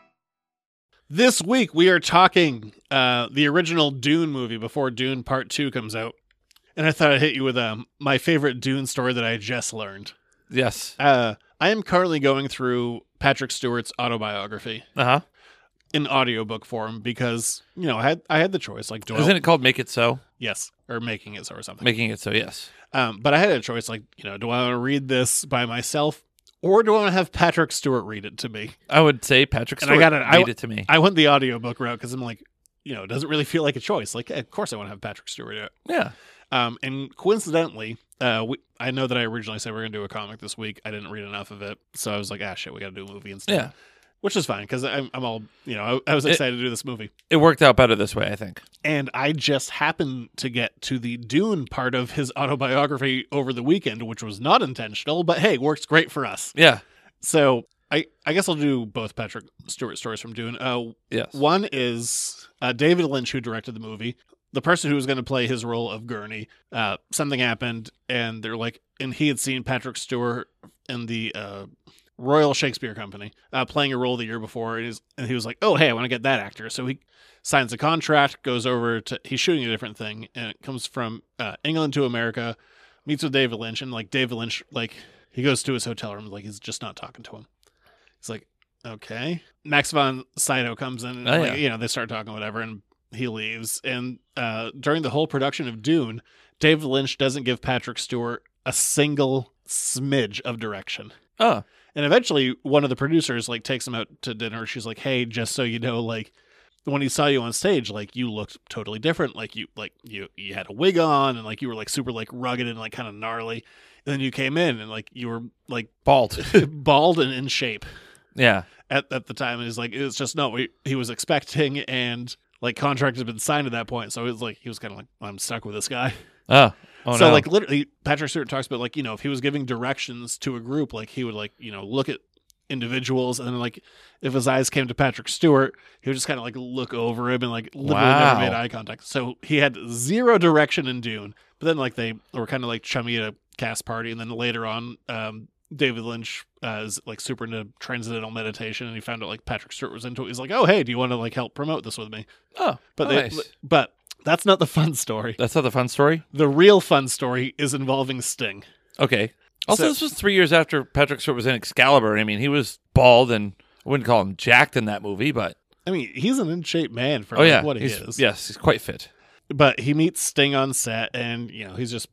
E: This week we are talking uh, the original Dune movie before Dune Part Two comes out, and I thought I'd hit you with um, my favorite Dune story that I just learned.
F: Yes.
E: Uh, I am currently going through Patrick Stewart's autobiography
F: Uh huh.
E: in audiobook form because you know I had I had the choice like do I
F: Isn't it called Make It So?
E: yes or making it so or something.
F: Making It So, yes.
E: Um, but I had a choice like you know do I want to read this by myself or do I want to have Patrick Stewart read it to me?
F: I would say Patrick
E: And
F: Stewart
E: I got it. I-
F: made it to me.
E: I went the audiobook route because I'm like you know it doesn't really feel like a choice. Like of course I want to have Patrick Stewart do it.
F: yeah.
E: Um, and coincidentally, uh, we, I know that I originally said we are gonna do a comic this week. I didn't read enough of it, so I was like, ah, shit, we gotta do a movie instead.
F: Yeah.
E: which is fine because I'm, I'm all you know. I, I was excited to do this movie,
F: It worked out better this way, I think.
E: and I just happened to get to the Dune part of his autobiography over the weekend, which was not intentional, but hey, works great for us.
F: Yeah.
E: So I I guess I'll do both Patrick Stewart stories from Dune. Uh,
F: Yes.
E: One is uh, David Lynch, who directed the movie. The person who was going to play his role of Gurney, uh, something happened, and they're like, and he had seen Patrick Stewart in the uh, Royal Shakespeare Company uh, playing a role the year before, and, he's, and he was like, oh hey, I want to get that actor. So he signs a contract, goes over to he's shooting a different thing, and it comes from uh, England to America, meets with David Lynch, and like David Lynch, like he goes to his hotel room, like he's just not talking to him. He's like, okay. Max von Sydow comes in, and
F: Oh,
E: like,
F: yeah.
E: you know, they start talking, whatever, and he leaves. And uh, during the whole production of Dune, David Lynch doesn't give Patrick Stewart a single smidge of direction.
F: Oh.
E: And eventually, one of the producers like takes him out to dinner. She's like, "Hey, just so you know, like when he saw you on stage, like you looked totally different. Like you, like you, you had a wig on, and like you were like super like rugged and like kind of gnarly. And then you came in, and like you were like
F: Bald.
E: bald and in shape
F: yeah.
E: at at the time. And he's like, it's just not what he was expecting, and like contract had been signed at that point. So it was like he was kind of like, I'm stuck with this guy
F: Oh. Oh,
E: so
F: no.
E: like literally Patrick Stewart talks about like, you know, if he was giving directions to a group, like he would like, you know, look at individuals and then like if his eyes came to Patrick Stewart, he would just kind of like look over him and like literally
F: Wow.
E: never made eye contact. So he had zero direction in Dune. But then like they were kind of like chummy at a cast party and then later on um David Lynch uh, is like super into transcendental meditation and he found out like Patrick Stewart was into it. He's like, "Oh, hey, do you want to like help promote this with me?"
F: oh,
E: But they,
F: nice.
E: but that's not the fun story.
F: That's not the fun story.
E: The real fun story is involving Sting.
F: Okay. Also,
E: So-
F: this was three years after Patrick Stewart was in Excalibur. I mean, he was bald and I wouldn't call him jacked in that movie, but
E: I mean, he's an in shape man for
F: oh
E: like,
F: yeah,
E: what he
F: he's,
E: is.
F: yes, he's quite fit.
E: But he meets Sting on set and, you know, he's just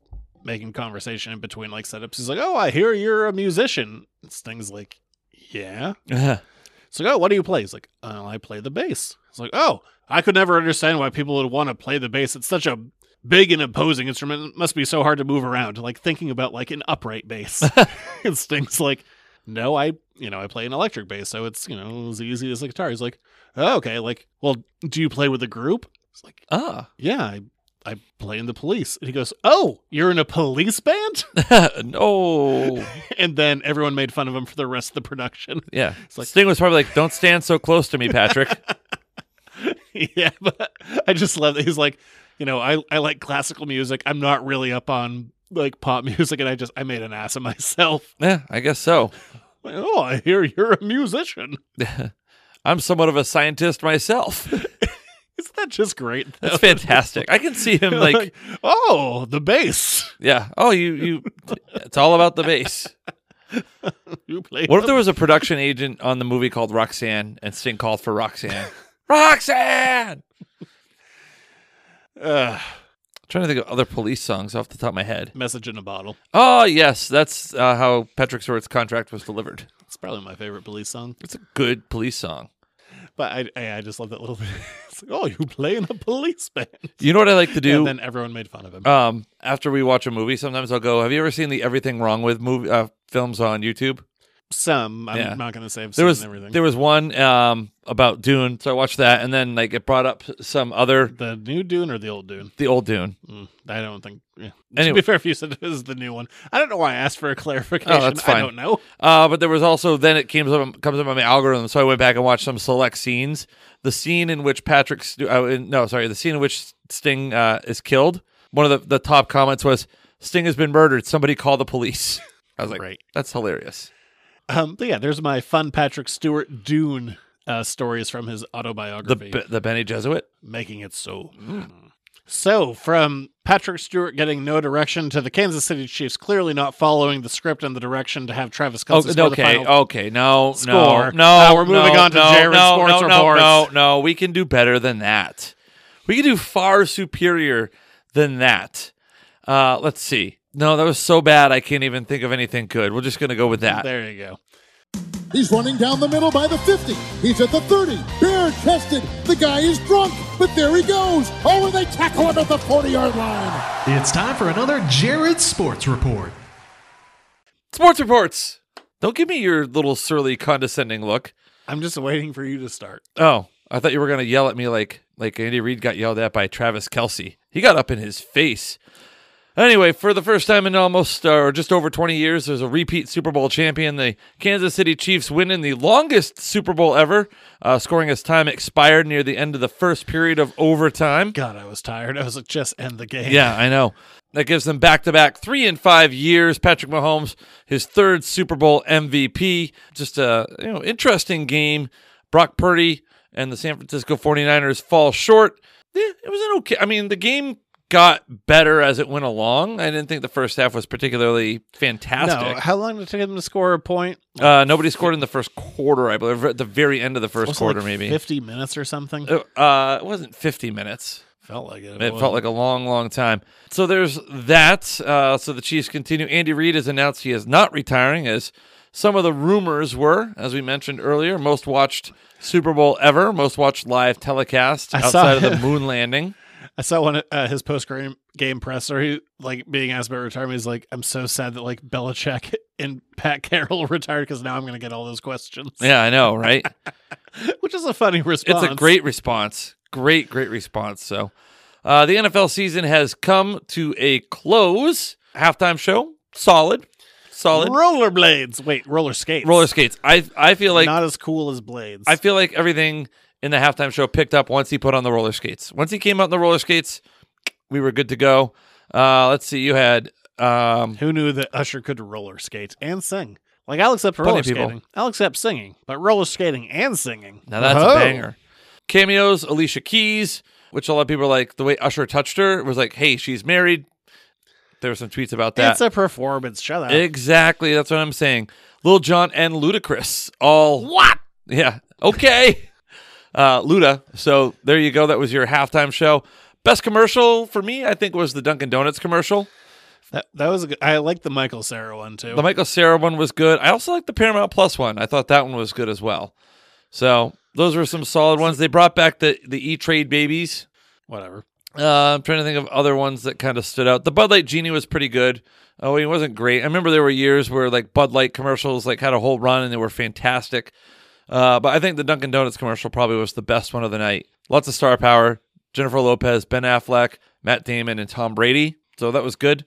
E: making conversation in between like setups. He's like, Oh, I hear you're a musician. And Sting's like, Yeah.
F: Ah.
E: It's like, Oh, what do you play? He's like, Oh, I play the bass. It's like, Oh, I could never understand why people would want to play the bass. It's such a big and imposing instrument. It must be so hard to move around. Like thinking about like an upright bass. and Sting's like, no, I you know I play an electric bass, so it's you know as easy as a guitar. He's like, oh, okay, like, well, do you play with a group? It's like,
F: Ah,
E: yeah, I, I play in the police. And he goes, oh, you're in a police band?
F: no,
E: and then everyone made fun of him for the rest of the production.
F: yeah.
E: like-
F: Sting was probably like, "Don't stand so close to me, Patrick."
E: yeah, but I just love that he's like, you know, I I like classical music. I'm not really up on like pop music, and I just I made an ass of myself.
F: yeah, I guess so.
E: Like, oh, I hear you're a musician.
F: I'm somewhat of a scientist myself.
E: Isn't that just great? though?
F: That's fantastic. I can see him like,
E: oh, the bass.
F: yeah. Oh, you, you. It's all about the bass.
E: You play.
F: What if there was a production agent on the movie called Roxanne and Sting called for Roxanne? Roxanne!
E: Ugh.
F: trying to think of other police songs off the top of my head.
E: message in a bottle?
F: Oh, yes. That's uh, how Patrick Stewart's contract was delivered.
E: It's probably my favorite police song.
F: It's a good police song.
E: But I I, I just love that little bit. It's like, oh, you play in a police band.
F: You know what I like to do?
E: And then everyone made fun of him.
F: um, after we watch a movie, sometimes I'll go, Have you ever seen the Everything Wrong With movie, uh, films on YouTube?
E: Some I'm
F: yeah.
E: not going to say. I've
F: there
E: seen
F: was
E: everything.
F: there was one um, about Dune, so I watched that, and then like it brought up some other
E: the new Dune or the old Dune.
F: the old Dune.
E: Mm, I don't think. Yeah. To
F: Anyway.
E: be fair, if you said it was the new one, I don't know why I asked for a clarification.
F: Oh, that's fine.
E: I don't know.
F: Uh, but there was also then it came up comes up on my algorithm, so I went back and watched some select scenes. The scene in which Patrick, Stu- uh, in- no, sorry, the scene in which Sting uh, is killed. One of the, the top comments was, "Sting has been murdered. Somebody call the police." I was like,
E: Right.
F: "That's hilarious."
E: Um, but yeah, there's my fun Patrick Stewart Dune uh, stories from his
F: The
E: autobiography.
F: B- the Benny Jesuit.
E: making it so.
F: Mm.
E: So, from Patrick Stewart getting no direction to the Kansas City Chiefs clearly not following the script and the direction to have Travis
F: Oh,
E: Kelsey score the
F: okay,
E: final.
F: okay, no, no,
E: Score.
F: no.
E: Uh, we're moving
F: no,
E: on to
F: no,
E: Jared's
F: no,
E: sports
F: no, no,
E: reports.
F: No, no, we can do better than that. We can do far superior than that. Uh, let's see. No, that was so bad. I can't even think of anything good. We're just gonna go with that.
E: There you go.
L: He's running down the middle by the 50. He's at the 30. Bare chested. The guy is drunk, but there he goes. Oh, and they tackle him at the 40 yard line.
M: It's time for another Jared Sports Report.
F: Sports reports. Don't give me your little surly, condescending look.
E: I'm just waiting for you to start.
F: Oh, I thought you were gonna yell at me like like Andy Reid got yelled at by Travis Kelsey. He got up in his face. Anyway, for the first time in almost uh, or just over 20 years, there's a repeat Super Bowl champion. The Kansas City Chiefs winning the longest Super Bowl ever, uh, scoring as time expired near the end of the first period of overtime.
E: God, I was tired. I was like, just end the game.
F: Yeah, I know. That gives them back to back three and five years. Patrick Mahomes, his third Super Bowl MVP. Just a you know interesting game. Brock Purdy and the San Francisco 49ers fall short. Yeah, it was an okay. I mean, the game got better as it went along. I didn't think the first half was particularly fantastic.
E: No, how long did it take them to score a point?
F: Uh, nobody scored in the first quarter, I believe, at the very end of the first
E: Was it
F: quarter,
E: like
F: maybe.
E: 50 minutes or something.
F: Uh, uh, it wasn't 50 minutes.
E: Felt like it.
F: It felt like a long, long time. So there's that. Uh, so the Chiefs continue. Andy Reid has announced he is not retiring, as some of the rumors were, as we mentioned earlier, most watched Super Bowl ever, most watched live telecast
E: I saw
F: outside of the
E: it.
F: moon landing.
E: I saw one uh, his post game presser. He like being asked about retirement. He's like, "I'm so sad that like Belichick and Pat Carroll retired because now I'm going to get all those questions."
F: Yeah, I know, right?
E: which is a funny response.
F: It's a great response. Great, great response. So, uh, the NFL season has come to a close. Halftime show, solid, solid.
E: rollerblades. Wait, roller skates.
F: Roller skates. I I feel like
E: Not as cool as blades.
F: I feel like everything in the halftime show picked up once he put on the roller skates. Once he came out in the roller skates, we were good to go. Uh, let's see. You had um,
E: Who knew that Usher could roller skate and sing? Like I'll accept
F: Plenty
E: roller
F: of people.
E: skating. I'll accept singing, but roller skating and singing.
F: Now that's
E: Oh.
F: a banger. Cameos, Alicia Keys, which a lot of people are like the way Usher touched her was like, hey, she's married. There were some tweets about that.
E: It's a performance. Shut up.
F: Exactly. That's what I'm saying. Lil Jon and Ludacris all
E: what?
F: Yeah. Okay. Uh, Luda. So there you go. That was your halftime show. Best commercial for me, I think, was the Dunkin' Donuts commercial.
E: That that was a good, I like the Michael Sarah one too.
F: The Michael Sarah one was good. I also liked the Paramount Plus one. I thought that one was good as well. So those were some solid ones. They brought back the the E Trade babies.
E: Whatever.
F: Uh, I'm trying to think of other ones that kind of stood out. The Bud Light Genie was pretty good. Oh, he wasn't great. I remember there were years where like Bud Light commercials like had a whole run and they were fantastic. Uh, but I think the Dunkin' Donuts commercial probably was the best one of the night. Lots of star power. Jennifer Lopez, Ben Affleck, Matt Damon, and Tom Brady. So that was good.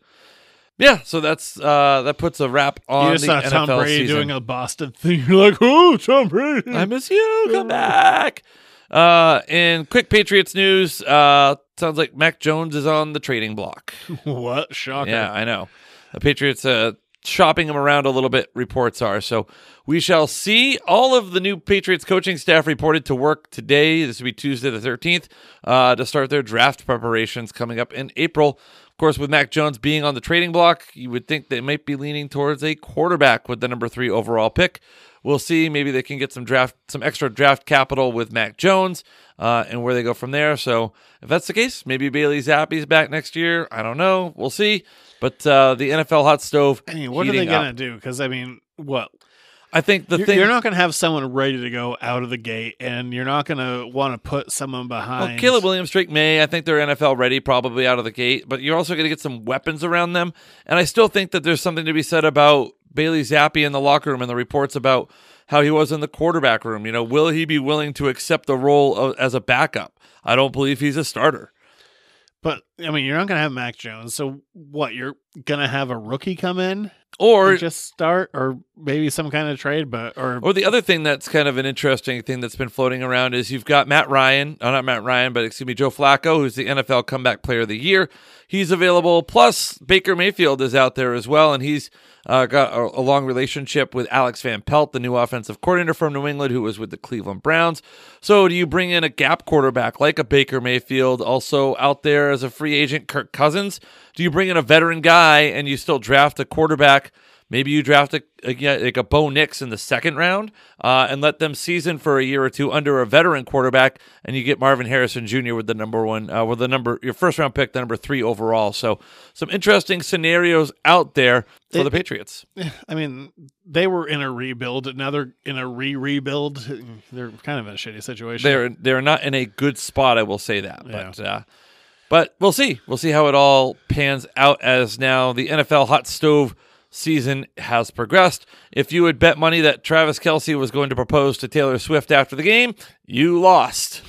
F: Yeah, so that's uh, that puts a wrap on
E: you just
F: the
E: saw
F: NFL
E: Tom Brady
F: season.
E: doing a Boston thing. You're like, oh, Tom Brady.
F: I miss you. Come back. Uh, and quick Patriots news. Uh, sounds like Mac Jones is on the trading block.
E: what? Shocker.
F: Yeah, I know. The Patriots uh, shopping him around a little bit, reports are. So we shall see. All of the new Patriots coaching staff reported to work today. This will be Tuesday the 13th uh, to start their draft preparations coming up in April. Of course, with Mac Jones being on the trading block, you would think they might be leaning towards a quarterback with the number three overall pick. We'll see. Maybe they can get some draft, some extra draft capital with Mac Jones, uh, and where they go from there. So if that's the case, maybe Bailey Zappi's back next year. I don't know. We'll see. But uh, the NFL hot stove.
E: I mean, what are they
F: heating up.
E: gonna do? Because I mean, what?
F: I think the
E: you're,
F: thing.
E: you're not gonna have someone ready to go out of the gate, and you're not gonna want to put someone behind.
F: Well, Caleb Williams, Drake May, I think they're NFL ready probably out of the gate, but you're also going to get some weapons around them. And I still think that there's something to be said about Bailey Zappi in the locker room and the reports about how he was in the quarterback room. You know, will he be willing to accept the role of, as a backup? I don't believe he's a starter.
E: But I mean, you're not gonna have Mac Jones. So what? You're gonna have a rookie come in,
F: Or-
E: and just start, or maybe some kind of trade, but or
F: Or the other thing that's kind of an interesting thing that's been floating around is you've got Matt Ryan, oh, not Matt Ryan, but excuse me, Joe Flacco, who's the NFL comeback player of the year. He's available. Plus, Baker Mayfield is out there as well, and he's uh, got a, a long relationship with Alex Van Pelt, the new offensive coordinator from New England, who was with the Cleveland Browns. So, do you bring in a gap quarterback like a Baker Mayfield, also out there as a free agent, Kirk Cousins? Do you bring in a veteran guy and you still draft a quarterback? Maybe you draft a, a yeah, like a Bo Nix in the second round uh, and let them season for a year or two under a veteran quarterback, and you get Marvin Harrison Jr. with the number one, uh, with the number your first round pick, the number three overall. So some interesting scenarios out there for
E: It-
F: the Patriots.
E: I mean, they were in a rebuild. Now they're in a re-rebuild. They're kind of in a shitty situation.
F: They're they're not in a good spot. I will say that, but uh, but we'll see. We'll see how it all pans out. As now the NFL hot stove season has progressed. If you had bet money that Travis Kelsey was going to propose to Taylor Swift after the game, you lost.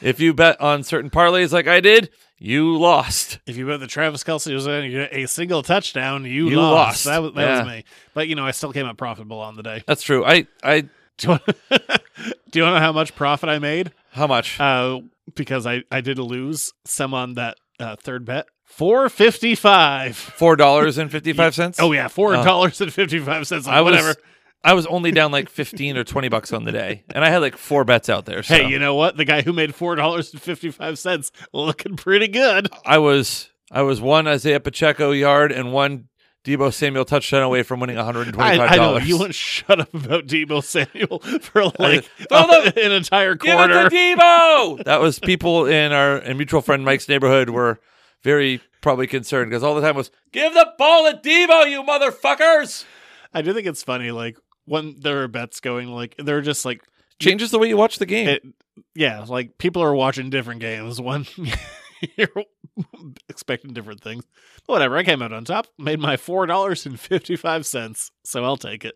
F: if you bet on certain parlays like I did, you lost.
E: If you bet that Travis Kelsey was going to get a single touchdown, you,
F: You
E: lost.
F: lost.
E: That, was, that was
F: Yeah.
E: me. But, you know, I still came out profitable on the day.
F: That's true. I I
E: Do you, want, do you want to know how much profit I made?
F: How much?
E: Uh, because I, I did lose some on that uh, third bet. Four fifty five.
F: Four dollars and fifty five cents.
E: Oh yeah, four dollars and fifty five cents.
F: I was
E: Whatever.
F: I was only down like fifteen or twenty bucks on the day, and I had like four bets out there. So
E: Hey, you know what? The guy who made four dollars and fifty five cents looking pretty good.
F: I was I was one Isaiah Pacheco yard and one Debo Samuel touchdown away from winning one hundred and twenty
E: I,
F: five
E: I know
F: dollars.
E: you wouldn't shut up about Debo Samuel for like
F: Throw the-
E: an entire
F: Give it
E: quarter.
F: to Debo. that was people in our and mutual friend Mike's neighborhood were very probably concerned because all the time was give the ball to Debo, you motherfuckers.
E: I do think it's funny, like when there are bets going, like they're just like
F: changes the way you watch the game.
E: It, yeah, like people are watching different games. One, you're expecting different things. Whatever. I came out on top, made my four dollars and fifty five cents, so I'll take it.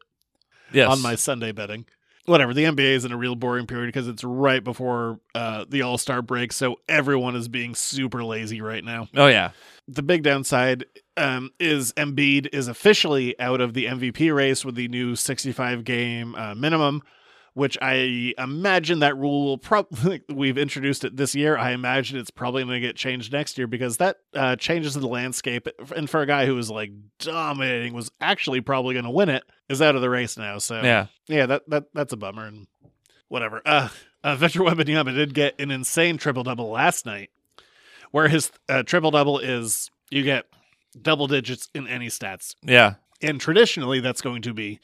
F: Yes.
E: on my Sunday betting. Whatever. The NBA is in a real boring period because it's right before uh, the All Star break, so everyone is being super lazy right now.
F: Oh yeah.
E: The big downside um, is Embiid is officially out of the MVP race with the new 65 game uh, minimum, which I imagine that rule will probably, we've introduced it this year. I imagine it's probably going to get changed next year because that uh, changes the landscape. And for a guy who was like dominating, was actually probably going to win it, is out of the race now. So
F: Yeah.
E: yeah, that, that that's a bummer and whatever. Uh, uh Victor Wembanyama did get an insane triple double last night, where his uh, triple double is you get double digits in any stats,
F: Yeah.
E: and traditionally that's going to be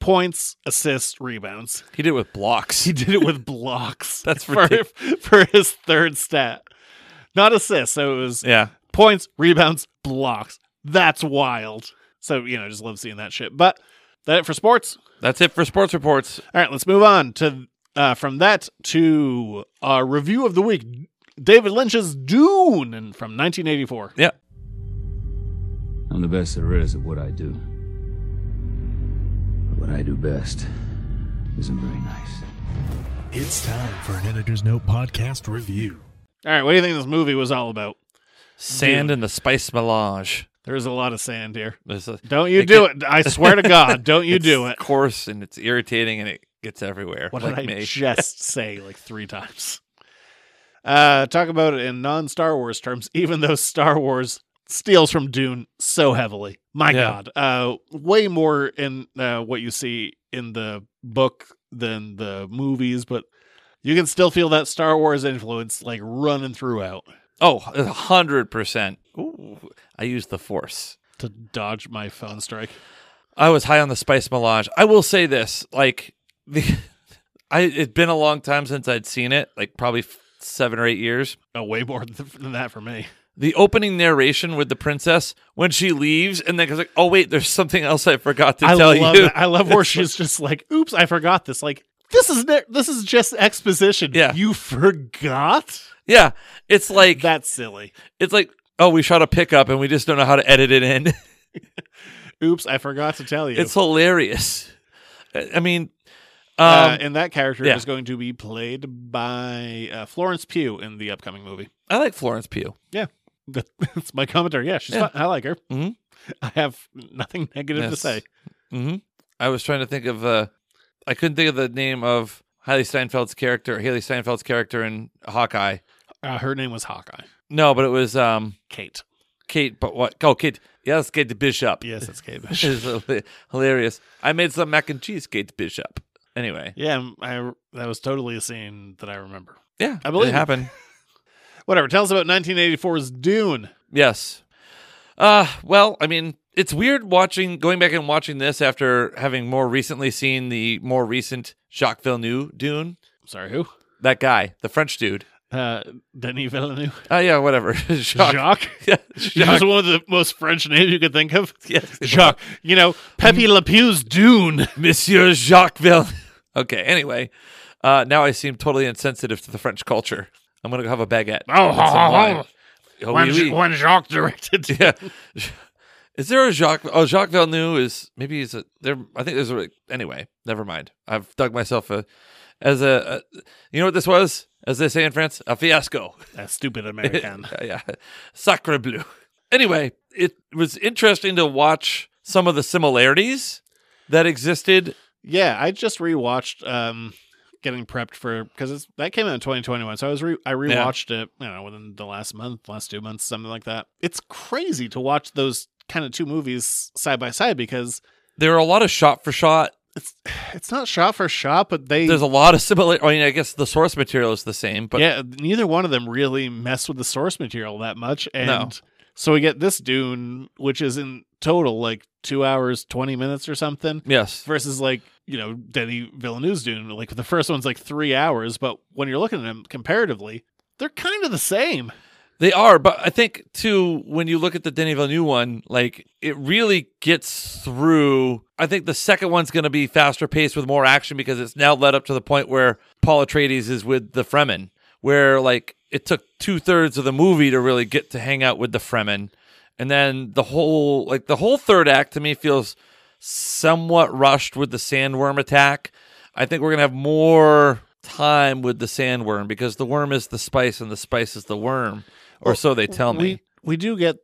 E: points, assists, rebounds.
F: He did it with blocks.
E: He did it with blocks.
F: That's
E: for for his third stat, not assists. So it was
F: Yeah.
E: points, rebounds, blocks. That's wild. So you know, just love seeing that shit. But that it for sports.
F: That's it for sports reports.
E: All right, let's move on to uh, from that to our review of the week. David Lynch's Dune and- from 1984.
F: Yeah.
N: I'm the best there is at what I do. But what I do best isn't very nice.
M: It's time for an Editor's Note podcast review.
E: All right, what do you think this movie was all about?
F: Sand
E: Dude.
F: and the spice melange.
E: There's a lot of sand here.
F: There's a-
E: Don't you do
F: get-
E: it. I swear to God, don't you do
F: It's
E: it.
F: coarse and it's irritating and it gets everywhere.
E: What
F: like
E: did I
F: me.
E: just say like three times? Uh, talk about it in non Star Wars terms, even though Star Wars steals from Dune so heavily. My
F: Yeah.
E: God, uh, way more in uh, what you see in the book than the movies, but you can still feel that Star Wars influence like running throughout.
F: Oh, a hundred percent. Ooh, I used the force.
E: To dodge my phone strike.
F: I was high on the spice melange. I will say this, like the, I it's been a long time since I'd seen it, like probably f- seven or eight years.
E: Oh, way more th- than that for me.
F: The opening narration with the princess when she leaves, and then goes like, "Oh wait, there's something else I forgot to
E: I
F: tell
E: love
F: you."
E: that. I love where she's just like, "Oops, I forgot this." Like this is ne- this is just exposition.
F: Yeah.
E: you forgot.
F: Yeah, it's like
E: that's silly.
F: It's like, oh, we shot a pickup and we just don't know how to edit it in.
E: Oops, I forgot to tell you.
F: it's hilarious. I I mean, um,
E: uh, and that character
F: yeah.
E: is going to be played by uh, Florence Pugh in the upcoming movie.
F: I like Florence Pugh.
E: Yeah, That- that's my commentary. Yeah, she's
F: Yeah.
E: fun. I like her.
F: Mhm.
E: I have nothing negative to
F: Yes.
E: say.
F: hmm I was trying to think of uh, I couldn't think of the name of Haley Steinfeld's character, Haley Steinfeld's character in Hawkeye.
E: Uh, her name was Hawkeye.
F: No, but it was um,
E: Kate.
F: Kate, but what? Oh, Kate. Yes, Kate Bishop.
E: Yes, it's Kate
F: This is hila- hilarious. I made some mac and cheese, Kate Bishop. Anyway,
E: Yeah, I that was totally a scene that I remember.
F: yeah,
E: I believe
F: it
E: it.
F: happened.
E: Whatever. Tell us about 1984's Dune.
F: Yes. Uh well, I mean, it's weird watching going back and watching this after having more recently seen the more recent Jacques Villeneuve Dune.
E: Sorry, who?
F: That guy, the French dude.
E: Uh, Denis Villeneuve.
F: Oh yeah, whatever. Jacques.
E: Jacques?
F: Yeah,
E: He was
F: Jacques.
E: one of the most French names you could think of.
F: Yes.
E: Jacques. You know, Pepe Le Pew's Dune.
F: Monsieur Jacques Villeneuve. Okay, anyway. Uh now I seem totally insensitive to the French culture. I'm going to have a baguette.
E: Oh,
F: and some wine. Oh, oui, oui.
E: Jacques directed.
F: Yeah. Is there a Jacques? Oh, Jacques Valneu is maybe he's a there. I think there's a anyway. Never mind. I've dug myself a as a, a you know what this was as they say in France a fiasco.
E: That stupid American.
F: yeah, sacre bleu. Anyway, it was interesting to watch some of the similarities that existed.
E: Yeah, I just rewatched um getting prepped for because that came out in 2021. So I was re- I rewatched yeah. it, you know, within the last month, last two months, something like that. It's crazy to watch those kind of two movies side by side because
F: there are a lot of shot for shot.
E: It's it's not shot for shot, but they
F: there's a lot of similar. I mean, I guess the source material is the same, but
E: yeah, neither one of them really mess with the source material that much, and. No. So we get this Dune, which is in total like two hours twenty minutes or something.
F: Yes.
E: Versus like you know Denny Villeneuve's Dune. Like the first one's like three hours, but when you're looking at them comparatively, they're kind of the same.
F: They are, but I think too when you look at the Denny Villeneuve one, like it really gets through. I think the second one's going to be faster paced with more action because it's now led up to the point where Paul Atreides is with the Fremen, where like it took two thirds of the movie to really get to hang out with the Fremen. And then the whole like the whole third act to me feels somewhat rushed with the sandworm attack. I think we're gonna have more time with the sandworm because the worm is the spice and the spice is the worm. Or well, so they tell
E: we,
F: me.
E: We do get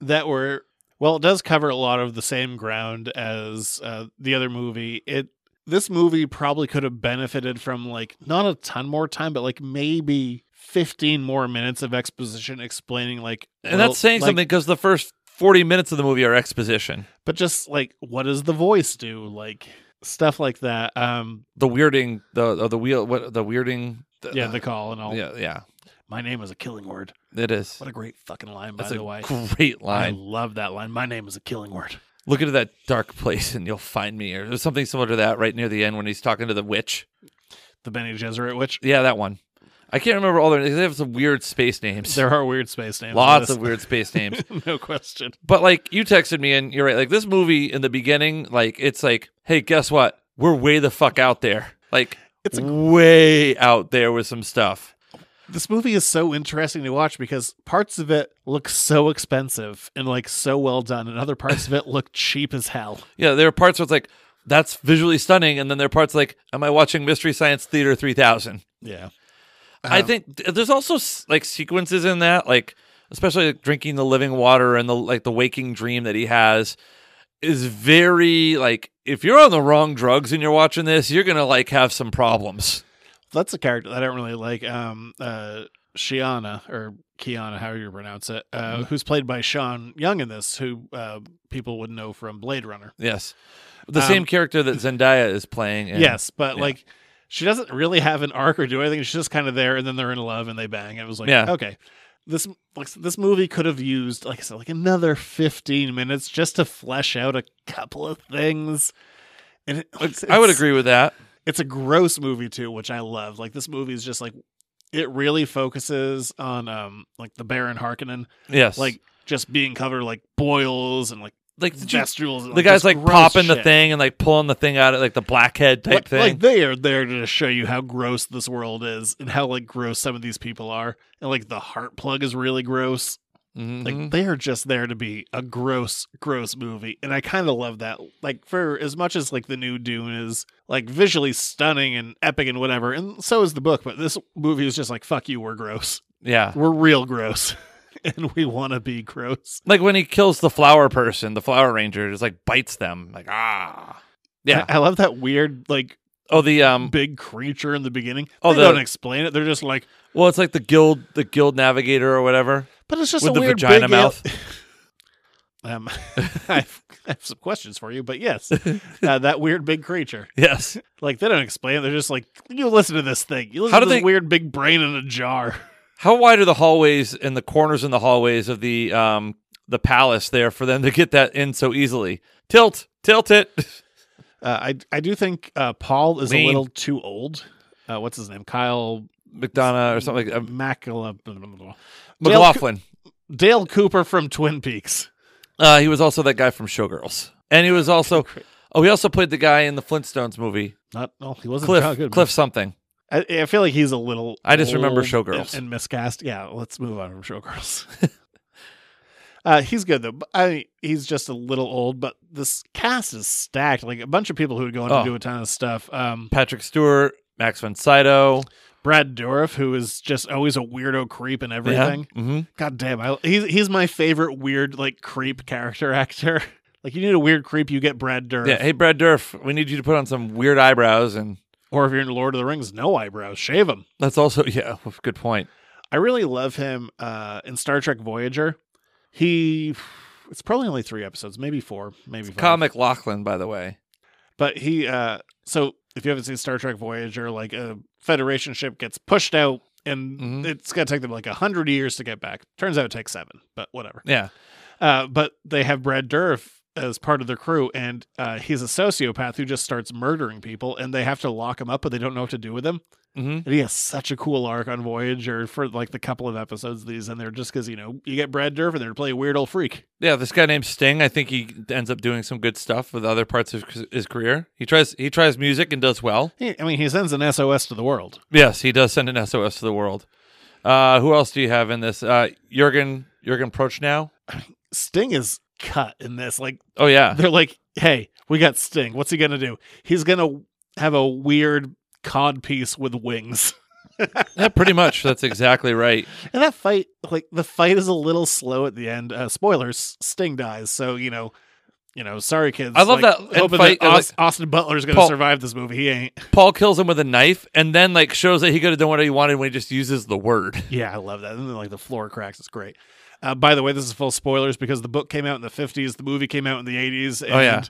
E: that we're well, it does cover a lot of the same ground as uh, the other movie. It this movie probably could have benefited from like not a ton more time, but like maybe 15 more minutes of exposition explaining like
F: and well, that's saying like, something because the first 40 minutes of the movie are exposition
E: but just like what does the voice do like stuff like that um
F: the weirding the uh, the, the wheel what the weirding the, uh,
E: yeah the call and all
F: yeah yeah
E: my name is a killing word
F: it is
E: what a great fucking line by the way
F: great line i
E: love that line my name is a killing word
F: look into that dark place and you'll find me or there's something similar to that right near the end when he's talking to the witch
E: the Benny Gesserit witch
F: yeah that one I can't remember all their names. They have some weird space names.
E: There are weird space names.
F: Lots of weird space names.
E: no question.
F: But like you texted me and you're right. Like this movie in the beginning, like it's like, hey, guess what? We're way the fuck out there. Like it's a- way out there with some stuff.
E: This movie is so interesting to watch because parts of it look so expensive and like so well done, and other parts of it look cheap as hell.
F: Yeah, there are parts where it's like, that's visually stunning, and then there are parts like, am I watching Mystery Science Theater 3000?
E: Yeah.
F: I
E: Uh-huh.
F: think there's also like sequences in that, like especially like, drinking the living water and the like the waking dream that he has is very like if you're on the wrong drugs and you're watching this, you're gonna like have some problems.
E: That's a character that I don't really like. Um, uh, Shiana or Kiana, however you pronounce it, uh, mm-hmm. who's played by Sean Young in this, who uh, people would know from Blade Runner.
F: Yes, the um, same character that Zendaya is playing.
E: And, yes, but yeah. like she doesn't really have an arc or do anything. She's just kind of there, and then they're in love and they bang. It was like, yeah. okay, this like this movie could have used, like I said, like another fifteen minutes just to flesh out a couple of things.
F: And it, it's, I would agree with that.
E: It's a gross movie too, which I love. Like this movie is just like it really focuses on um like the Baron Harkonnen,
F: yes,
E: like just being covered like boils and like
F: like
E: the, vestules,
F: the guy's like popping shit. the thing and like pulling the thing out of like the blackhead type
E: like,
F: thing.
E: Like they are there to show you how gross this world is and how like gross some of these people are, and like the heart plug is really gross. Mm-hmm. Like they are just there to be a gross, gross movie, and I kind of love that. Like for as much as like the new Dune is like visually stunning and epic and whatever, and so is the book, but this movie is just like fuck you, we're gross.
F: Yeah,
E: we're real gross. and we want to be gross.
F: Like when he kills the flower person, the flower ranger just like bites them. Like ah,
E: yeah. I, I love that weird like
F: oh the um
E: big creature in the beginning. Oh, they the, don't explain it. They're just like
F: well, it's like the guild the guild navigator or whatever.
E: But it's just with the weird, vagina mouth. Al- um, I have some questions for you, but yes, uh, that weird big creature.
F: Yes,
E: like they don't explain it. They're just like you listen to this thing. You listen How do to this they... weird big brain in a jar.
F: How wide are the hallways and the corners in the hallways of the um the palace there for them to get that in so easily? Tilt, tilt it.
E: Uh, I I do think uh, Paul is Lean. a little too old. Uh, what's his name? Kyle
F: McDonough or something um, like
E: Macula
F: McLaughlin. Uh,
E: Dale, Dale, Cooper from Twin Peaks.
F: he was also that guy from Showgirls, and he was also oh he also played the guy in the Flintstones movie.
E: Not no, he wasn't
F: Cliff
E: good,
F: Cliff something.
E: I, I, feel like he's a little.
F: I just remember Showgirls
E: and, and miscast. Yeah, let's move on from Showgirls. Uh, he's good though. I mean, he's just a little old, but this cast is stacked. Like a bunch of people who would go on
F: Oh.
E: to do a ton of stuff. Um,
F: Patrick Stewart, Max von Sydow,
E: Brad Dourif, who is just always a weirdo creep and everything.
F: mhm.
E: God damn, I, he's he's my favorite weird like creep character actor. like you need a weird creep, you get Brad Dourif.
F: Yeah, hey Brad Dourif, we need you to put on some weird eyebrows, and
E: or if you're in Lord of the Rings, no eyebrows, shave them.
F: that's also yeah, good point.
E: I really love him uh, in Star Trek Voyager. He, it's probably only three episodes, maybe four, maybe five.
F: Kyle McLaughlin, by the way.
E: But he, uh, so if you haven't seen Star Trek Voyager, like a Federation ship gets pushed out, and it's gonna take them like a hundred years to get back. Turns out it takes seven, but whatever.
F: Yeah.
E: Uh, but they have Brad Dourif as part of their crew, and uh, he's a sociopath who just starts murdering people, and they have to lock him up, but they don't know what to do with him.
F: Mhm.
E: And he has such a cool arc on Voyager for like the couple of episodes these, and they're just because you know you get Brad Dourif in there to play a weird old freak.
F: Yeah, this guy named Sting. I think he ends up doing some good stuff with other parts of his career. He tries he tries music and does well.
E: He, I mean, he sends an SOS to the world.
F: Yes, he does send an SOS to the world. Uh, who else do you have in this? Uh, Jurgen Jurgen Prochnow.
E: Sting is cut in this. Like,
F: Oh yeah,
E: they're like, hey, we got Sting. What's he gonna do? He's gonna have a weird cod piece with wings.
F: yeah, pretty much. That's exactly right.
E: And that fight, like the fight, is a little slow at the end. Uh, spoilers: Sting dies, so you know, you know. Sorry, kids.
F: I love
E: Like,
F: that end
E: Hoping
F: fight,
E: that
F: uh,
E: Aus-
F: like-
E: Austin Butler's going to
F: Paul-
E: survive this movie. He ain't.
F: Paul kills him with a knife, and then like shows that he could have done what he wanted when he just uses the word.
E: Yeah, I love that. And then like the floor cracks. It's great. Uh, by the way, this is full spoilers because the book came out in the fifties, the movie came out in the eighties, and
F: Oh, yeah.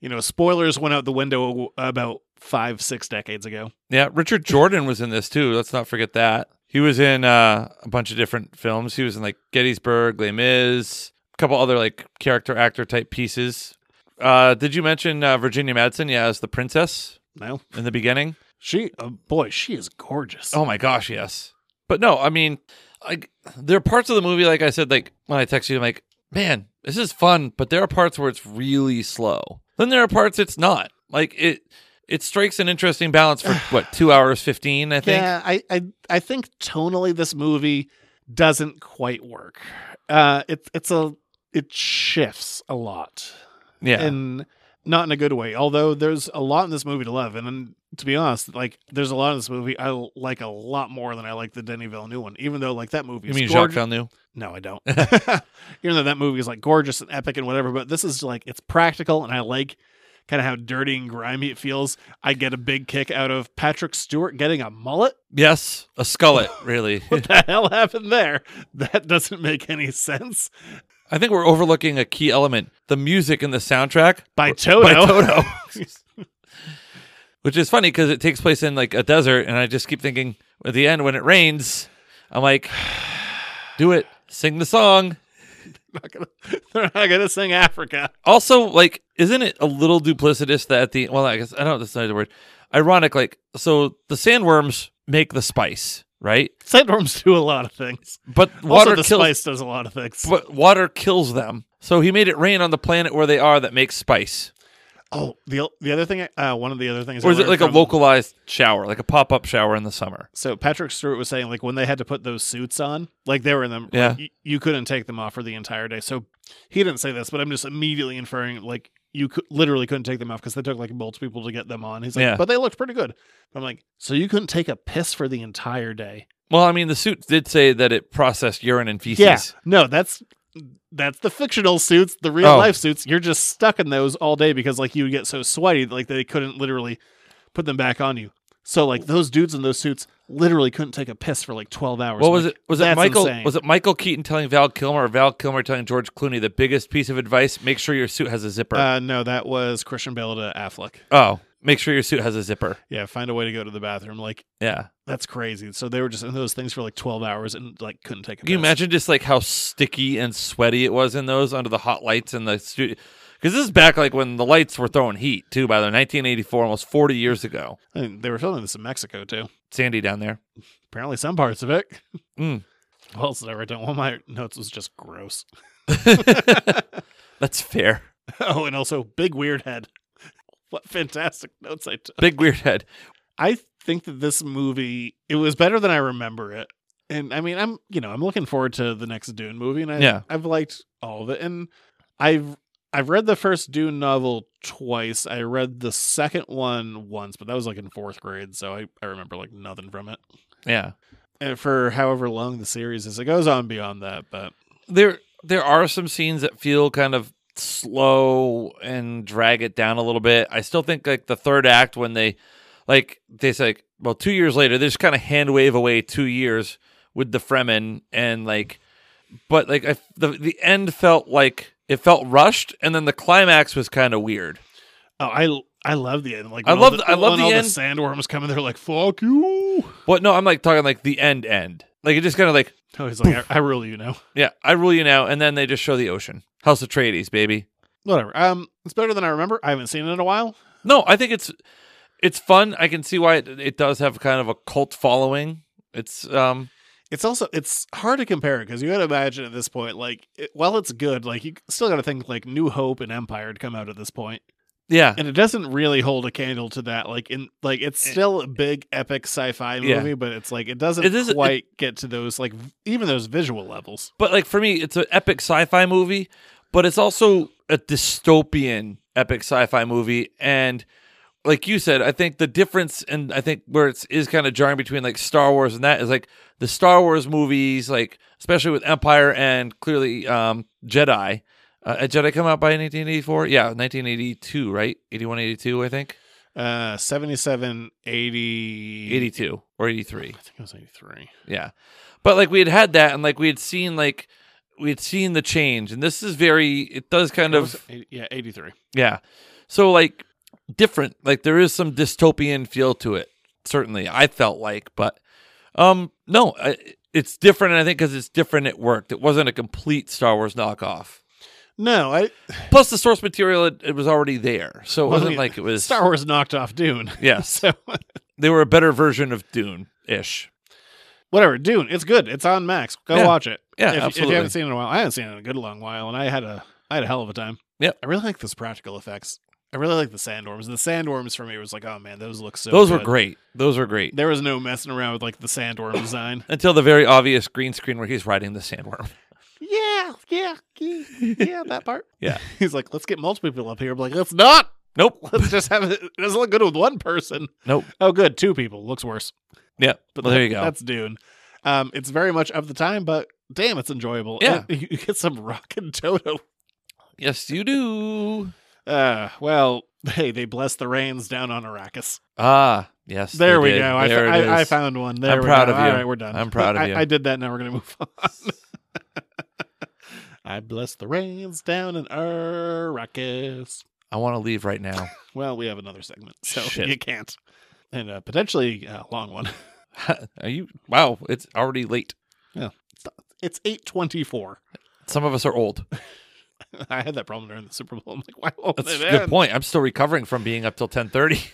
E: you know, spoilers went out the window about five, six decades ago.
F: Yeah, Richard Jordan was in this too. Let's not forget that. He was in uh, a bunch of different films. He was in like Gettysburg, Les Mis, a couple other like character actor type pieces. Uh, did you mention uh, Virginia Madsen? Yeah, as the princess
E: No,
F: in the beginning.
E: she, oh, boy, she is gorgeous.
F: Oh my gosh, yes. But no, I mean, like there are parts of the movie, like I said, like when I text you, I'm like, man, this is fun. But there are parts where it's really slow. Then there are parts it's not. Like it, it strikes an interesting balance for what two hours fifteen, I think.
E: Yeah, I, I I think tonally this movie doesn't quite work. Uh it's it's a it shifts a lot.
F: Yeah.
E: And not in a good way. Although there's a lot in this movie to love. And, then to be honest, like there's a lot in this movie I l- like a lot more than I like the Denny Villeneuve one, even though like that movie
F: You
E: is
F: mean Jacques
E: gorgeous.
F: Villeneuve?
E: No, I don't. even though that movie is like gorgeous and epic and whatever, but this is like it's practical and I like kind of how dirty and grimy it feels. I get a big kick out of Patrick Stewart getting a mullet.
F: Yes, a skullet, really.
E: What the hell happened there? That doesn't make any sense.
F: I think we're overlooking a key element: the music in the soundtrack
E: By Toto.
F: By Toto. Which is funny because it takes place in like a desert, and I just keep thinking at the end when it rains, I'm like, do it, sing the song.
E: They're not going to sing Africa.
F: Also, like, isn't it a little duplicitous that the well, I guess I don't. That's not the word. Ironic, like, so the sandworms make the spice, right?
E: Sandworms do a lot of things.
F: But
E: also,
F: water
E: the
F: kills.
E: spice does a lot of things.
F: But water kills them. So he made it rain on the planet where they are that makes spice.
E: oh, the the other thing, uh, one of the other things, I
F: Or is it
E: learned
F: like a
E: from-
F: localized shower, like a pop up shower in the summer?
E: So Patrick Stewart was saying, like when they had to put those suits on, like they were in them,
F: Yeah.
E: like, y- you couldn't take them off for the entire day. So he didn't say this, but I'm just immediately inferring, like you could, literally couldn't take them off because they took like multiple people to get them on. He's like,
F: Yeah.
E: but they looked pretty good. I'm like, so you couldn't take a piss for the entire day?
F: Well, I mean, the suit did say that it processed urine and feces.
E: Yeah. No, that's that's the fictional suits, the real
F: Oh.
E: life suits. You're just stuck in those all day because like you would get so sweaty like they couldn't literally put them back on you. So like those dudes in those suits literally couldn't take a piss for like 12 hours.
F: What was
E: Like,
F: it? Was it
E: that's
F: Michael?
E: insane.
F: Was it Michael Keaton telling Val Kilmer, or Val Kilmer telling George Clooney the biggest piece of advice? Make sure your suit has a zipper.
E: Uh no, that was Christian Bale to Affleck.
F: oh, make sure your suit has a zipper.
E: Yeah, find a way to go to the bathroom like
F: Yeah.
E: that's crazy. So they were just in those things for like 12 hours and like couldn't take a
F: Can you
E: piss.
F: imagine just like how sticky and sweaty it was in those under the hot lights in the studio? Because this is back like when the lights were throwing heat too. By the way, 1984, almost 40 years ago.
E: And they were filming this in Mexico too.
F: Sandy down there.
E: Apparently some parts of it.
F: Mm.
E: Well, so I wrote down one of my notes was just gross.
F: That's fair.
E: Oh, and also Big Weird Head. What fantastic notes I took.
F: Big weird head.
E: I think that this movie it was better than I remember it. and I mean, I'm you know, I'm looking forward to the next Dune movie, and I,
F: Yeah.
E: I've liked all of it, and I've I've read the first Dune novel twice. I read the second one once, but that was like in fourth grade, so I I remember like nothing from it.
F: Yeah.
E: And for however long the series is, it goes on beyond that, but
F: there there are some scenes that feel kind of slow and drag it down a little bit. I still think like the third act when they like they say like, well two years later they just kind of hand wave away two years with the Fremen and like but like I, the the end felt like it felt rushed and then the climax was kind of weird.
E: Oh, I I love the end. Like
F: I
E: when all
F: love the- I love
E: when
F: the
E: all
F: end.
E: The sandworms coming. They're like fuck you.
F: But no, I'm like talking like the end end. Like it just kind of like
E: Oh, he's like I, I rule you now.
F: yeah, I rule you now and then they just show the ocean. House of Atreides, baby.
E: Whatever. Um, it's better than I remember. I haven't seen it in a while.
F: No, I think it's it's fun. I can see why it, it does have kind of a cult following. It's um
E: It's also it's hard to compare because you got to imagine at this point, like it, while it's good, like you still got to think like New Hope and Empire to come out at this point.
F: Yeah.
E: and it doesn't really hold a candle to that. Like in like it's still a big epic sci-fi movie,
F: Eh. Yeah.
E: but it's like it doesn't
F: It is- it-
E: quite get to those like v- even those visual levels.
F: but like for me, it's an epic sci-fi movie, but it's also a dystopian epic sci-fi movie. And like you said, I think the difference, and I think where it's is kind of jarring between like Star Wars and that is like the Star Wars movies, like especially with Empire and clearly um, Jedi. Uh, had Jedi come out by 1984? Yeah, 1982, right? 81, 82, I think.
E: Uh, 77, 80,
F: 82 or 83.
E: I think it was 83.
F: Yeah. But like we had had that and like we had seen like we had seen the change and this is very it does kind
E: It
F: of
E: was eight- yeah, 83.
F: yeah. So like different like there is some dystopian feel to it certainly I felt like but um no I, it's different and I think cuz it's different it worked. It wasn't a complete Star Wars knockoff.
E: No, I
F: Plus the source material it, it was already there. So it
E: Well, I
F: wasn't
E: mean,
F: like it was
E: Star Wars knocked off Dune.
F: Yeah.
E: so
F: they were a better version of Dune ish.
E: whatever, Dune. It's good. It's on Max. Go
F: Yeah.
E: watch it.
F: Yeah,
E: if, if
F: absolutely.
E: you haven't seen it in a while, I haven't seen it in a good long while, and I had a I had a hell of a time.
F: Yeah.
E: I really like those practical effects. I really like the sandworms. The sandworms for me was like, oh man, those look so.
F: Those were
E: good.
F: great. Those were great.
E: There was no messing around with like the sandworm design.
F: Until the very obvious green screen where he's riding the sandworm.
E: Yeah, yeah, yeah, yeah, that part.
F: Yeah.
E: He's like, let's get multiple people up here. I'm like, let's not.
F: Nope.
E: Let's just have it. It doesn't look good with one person.
F: Nope.
E: Oh, good. Two people. Looks worse.
F: Yeah.
E: But
F: well, there you
E: that-
F: go.
E: That's Dune. Um, it's very much of the time, but damn, it's enjoyable.
F: Yeah.
E: And you get some rockin' Toto.
F: yes, you do.
E: Uh, well, hey, they blessed the rains down on Arrakis.
F: Ah, yes. they
E: There we
F: did.
E: go. I,
F: There
E: I,
F: it
E: I
F: is.
E: found one. There
F: I'm
E: we
F: proud
E: go.
F: of you.
E: All right, we're done.
F: I'm proud of
E: I-
F: you.
E: I did that. Now we're gonna move on. I bless the rains down in Arrakis.
F: I want to leave right now.
E: Well, we have another segment, so
F: Shit.
E: you can't, and uh, potentially a long one.
F: Are you? Wow, it's already late.
E: Yeah, it's eight twenty-four.
F: Some of us are old.
E: I had that problem during the Super Bowl. I'm like, why won't
F: That's a
E: it
F: good
E: end?
F: point. I'm still recovering from being up till 10:30.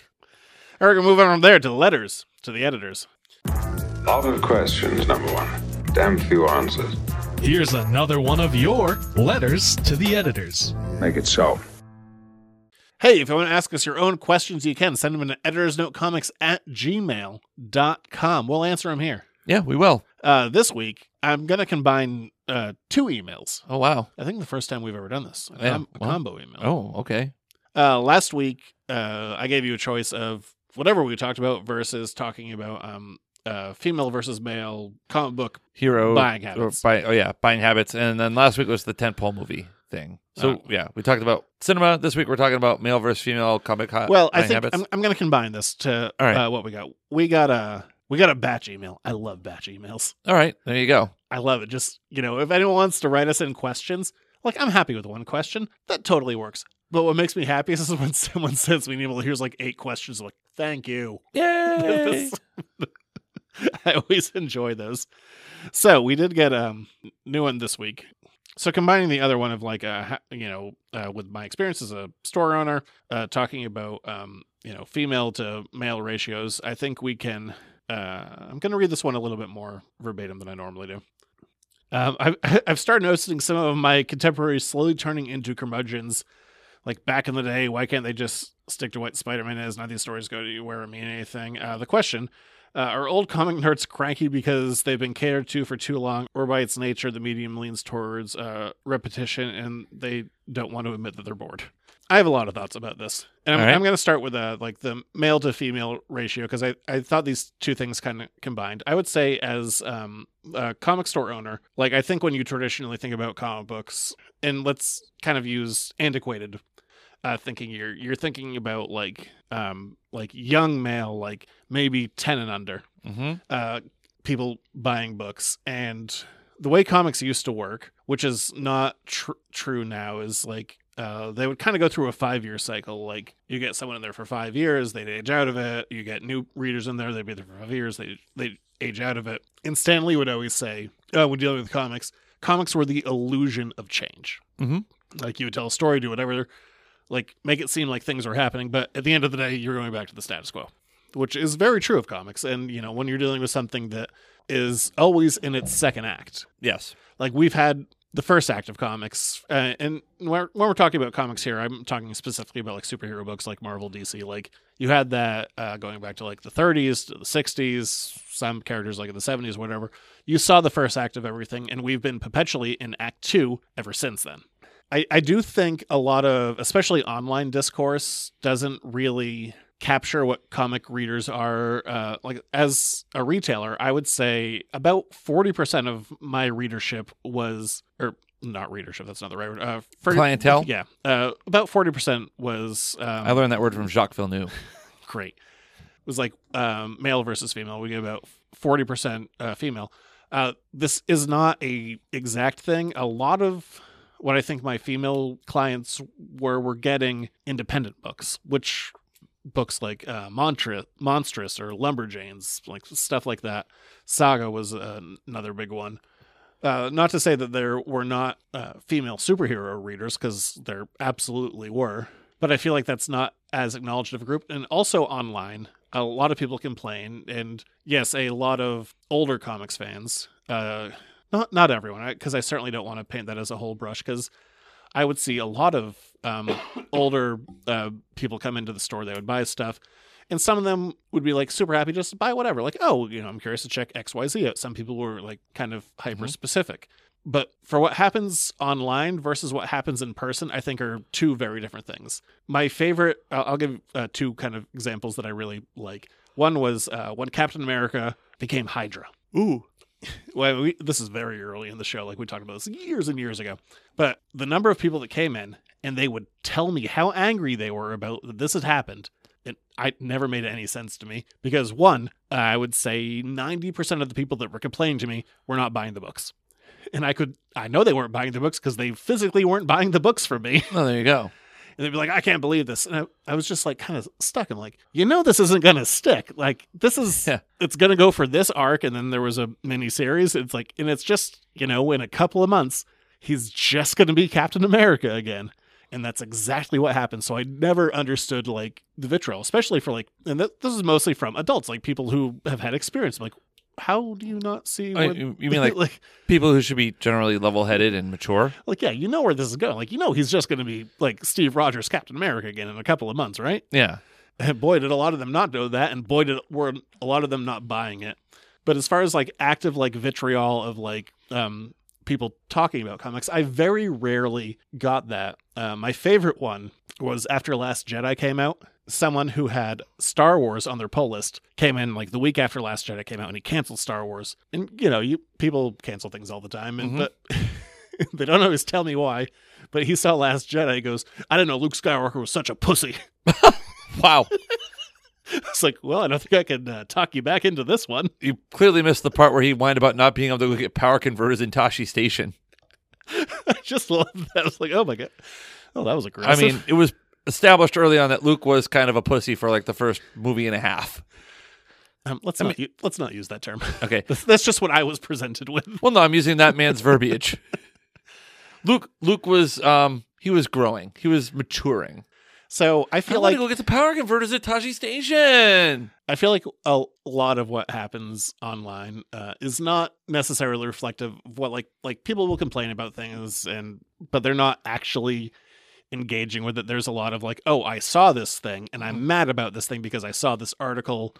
E: All right, we're moving from there to the letters to the editors.
O: Lot of questions, number one. Damn few answers.
M: Here's another one of your letters to the editors.
O: Make it so.
E: Hey, if you want to ask us your own questions, you can send them to editorsnotecomics at gmail.com. We'll answer them here.
F: Yeah, we will.
E: Uh, this week, I'm going to combine uh, two emails.
F: Oh wow.
E: I think the first time we've ever done this. A,
F: Yeah,
E: com- a
F: well.
E: combo email.
F: Oh, okay.
E: Uh, last week, uh, I gave you a choice of whatever we talked about versus talking about um, uh, female versus male comic book.
F: Hero
E: Buying
F: or
E: habits.
F: buy- oh yeah, buying habits. And then last week was the tentpole movie thing. So
E: Oh.
F: yeah, we talked about cinema. This week we're talking about male versus female comic. ha-
E: uh, Well, I
F: buying
E: think
F: Uh, habits.
E: I'm, I'm going to combine this to
F: All right.
E: uh, what we got. We got a we got a batch email. I love batch emails.
F: All right, there you go.
E: I love it. Just, you know, if anyone wants to write us in questions, like I'm happy with one question. That totally works. But what makes me happy is when someone sends me an email, here's like eight questions. I'm like, thank you.
F: Yay!
E: I always enjoy those. So we did get a um, new one this week. So combining the other one of like, uh, ha- you know, uh, with my experience as a store owner, uh, talking about, um, you know, female to male ratios, I think we can. Uh, I'm going to read this one a little bit more verbatim than I normally do. Um, I've, I've started noticing some of my contemporaries slowly turning into curmudgeons. Like back in the day, why can't they just stick to what Spider Man is? None of these stories go anywhere or mean anything. Uh, the question Uh, are old comic nerds cranky because they've been catered to for too long, or by its nature, the medium leans towards uh, repetition and they don't want to admit that they're bored? I have a lot of thoughts about this, and I'm,
F: All right.
E: I'm going to start with uh, like the male to female ratio because I, I thought these two things kind of combined. I would say as um, a comic store owner, like I think when you traditionally think about comic books, and let's kind of use antiquated uh, thinking, you're you're thinking about like um, like young male, like maybe ten and under,
F: Mhm.
E: uh, people buying books and the way comics used to work, which is not tr- true now, is like uh, they would kind of go through a five year cycle. Like you get someone in there for five years, they'd age out of it. You get new readers in there, they'd be there for five years, they they age out of it. And Stan Lee would always say, oh, when dealing with comics, comics were the illusion of change.
F: Mhm.
E: Like you would tell a story, do whatever, like make it seem like things are happening, but at the end of the day, you're going back to the status quo which is very true of comics. And, you know, when you're dealing with something that is always in its second act.
F: Yes.
E: Like we've had the first act of comics. Uh, and when we're, when we're talking about comics here, I'm talking specifically about like superhero books like Marvel, DC. Like you had that uh, going back to like the 30s to the 60s, some characters like in the 70s, whatever. You saw the first act of everything, and we've been perpetually in act two ever since then. I, I do think a lot of, especially online discourse, doesn't really capture what comic readers are. Uh, like, as a retailer, I would say about 40% of my readership was, or not readership, that's not the right word. Uh, for-
F: Clientele?
E: Yeah. Uh, about 40% was. Um,
F: I learned that word from Jacques Villeneuve.
E: great. It was like um, male versus female. We get about forty percent uh, female. Uh, this is not a exact thing. A lot of what I think my female clients were were getting independent books, which books like uh, Montra- Monstrous or Lumberjanes, like stuff like that. Saga was uh, another big one. Uh, not to say that there were not uh, female superhero readers, because there absolutely were, but I feel like that's not as acknowledged of a group. And also online, a lot of people complain, and yes, a lot of older comics fans. Uh, not not everyone, because I certainly don't want to paint that as a whole brush, because I would see a lot of um, older uh, people come into the store. They would buy stuff, and some of them would be like super happy just to buy whatever. Like, oh, you know, I'm curious to check X Y Z out. Some people were like kind of hyper specific. But for what happens online versus what happens in person, I think are two very different things. My favorite, I'll, I'll give uh, two kind of examples that I really like. One was uh, when Captain America became Hydra. Ooh, well, we, this is very early in the show. Like we talked about this years and years ago. But the number of people that came in and they would tell me how angry they were about that this had happened, it I never made any sense to me because one, I would say ninety percent of the people that were complaining to me were not buying the books, and I could I know they weren't buying the books because they physically weren't buying the books from me.
F: Oh, there you go.
E: And they'd be like, I can't believe this. And I, I was just like kind of stuck. I'm like, you know, this isn't going to stick. Like, this is, it's going to go for this arc. And then there was a mini series. It's like, and it's just, you know, in a couple of months, he's just going to be Captain America again. And that's exactly what happened. So I never understood like the vitriol, especially for like, and th- this is mostly from adults, like people who have had experience. I'm like, how do you not see?
F: I
E: what-
F: mean, Oh, you- you mean like, people who should be generally level-headed and mature?
E: like yeah you know where this is going like you know he's just going to be like steve rogers captain america again in a couple of months right
F: Yeah.
E: and boy did a lot of them not know that and boy did were a lot of them not buying it but as far as like active like vitriol of like um people talking about comics i very rarely got that uh, my favorite one was after last jedi came out someone who had star wars on their poll list came in like the week after last jedi came out and he canceled star wars and you know you people cancel things all the time and
F: Mhm.
E: but they don't always tell me why, but he saw Last Jedi. He goes, I didn't know Luke Skywalker was such a pussy.
F: wow.
E: It's like, well, I don't think I can uh, talk you back into this one.
F: You clearly missed the part where he whined about not being able to look at power converters in Tashi Station.
E: I just love that. I was like, oh my God. Oh, that was
F: I
E: aggressive.
F: mean, it was established early on that Luke was kind of a pussy for like the first movie and a half.
E: um, let's,
F: I
E: not u- let's not use that term.
F: Okay.
E: That's- That's just what I was presented with.
F: Well, no, I'm using that man's verbiage. Luke Luke was um he was growing. He was maturing.
E: So I
F: I
E: feel
F: want
E: like
F: to go get the power converters at Tashi Station.
E: I feel like a lot of what happens online uh, is not necessarily reflective of what like like people will complain about things and but they're not actually engaging
F: Mm-hmm.
E: with it. There's a lot of like, oh, I saw this thing and I'm mad about this thing because I saw this article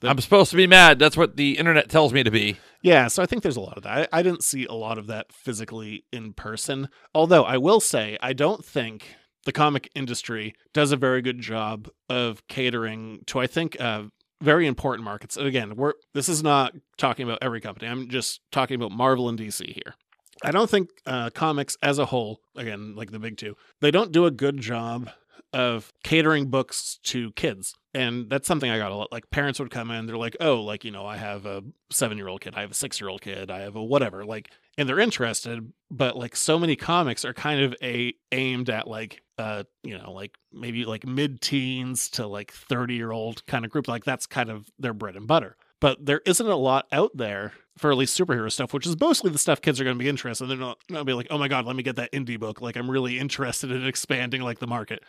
F: I'm supposed to be mad. That's what the internet tells me to be.
E: Yeah, so I think there's a lot of that. I, I didn't see a lot of that physically in person. Although I will say, I don't think the comic industry does a very good job of catering to, I think, uh, very important markets. And again, we're this is not talking about every company. I'm just talking about Marvel and DC here. I don't think uh, comics as a whole, again, like the big two, they don't do a good job of catering books to kids. And that's something I got a lot. Like parents would come in, they're like, oh, like, you know, I have a seven year old kid, I have a six year old kid, I have a whatever. Like, and they're interested, but like so many comics are kind of a aimed at like uh, you know, like maybe like mid teens to like 30 year old kind of group. Like that's kind of their bread and butter. But there isn't a lot out there for at least superhero stuff, which is mostly the stuff kids are going to be interested in. They're not, not be like, oh my God, let me get that indie book. Like I'm really interested in expanding like the market.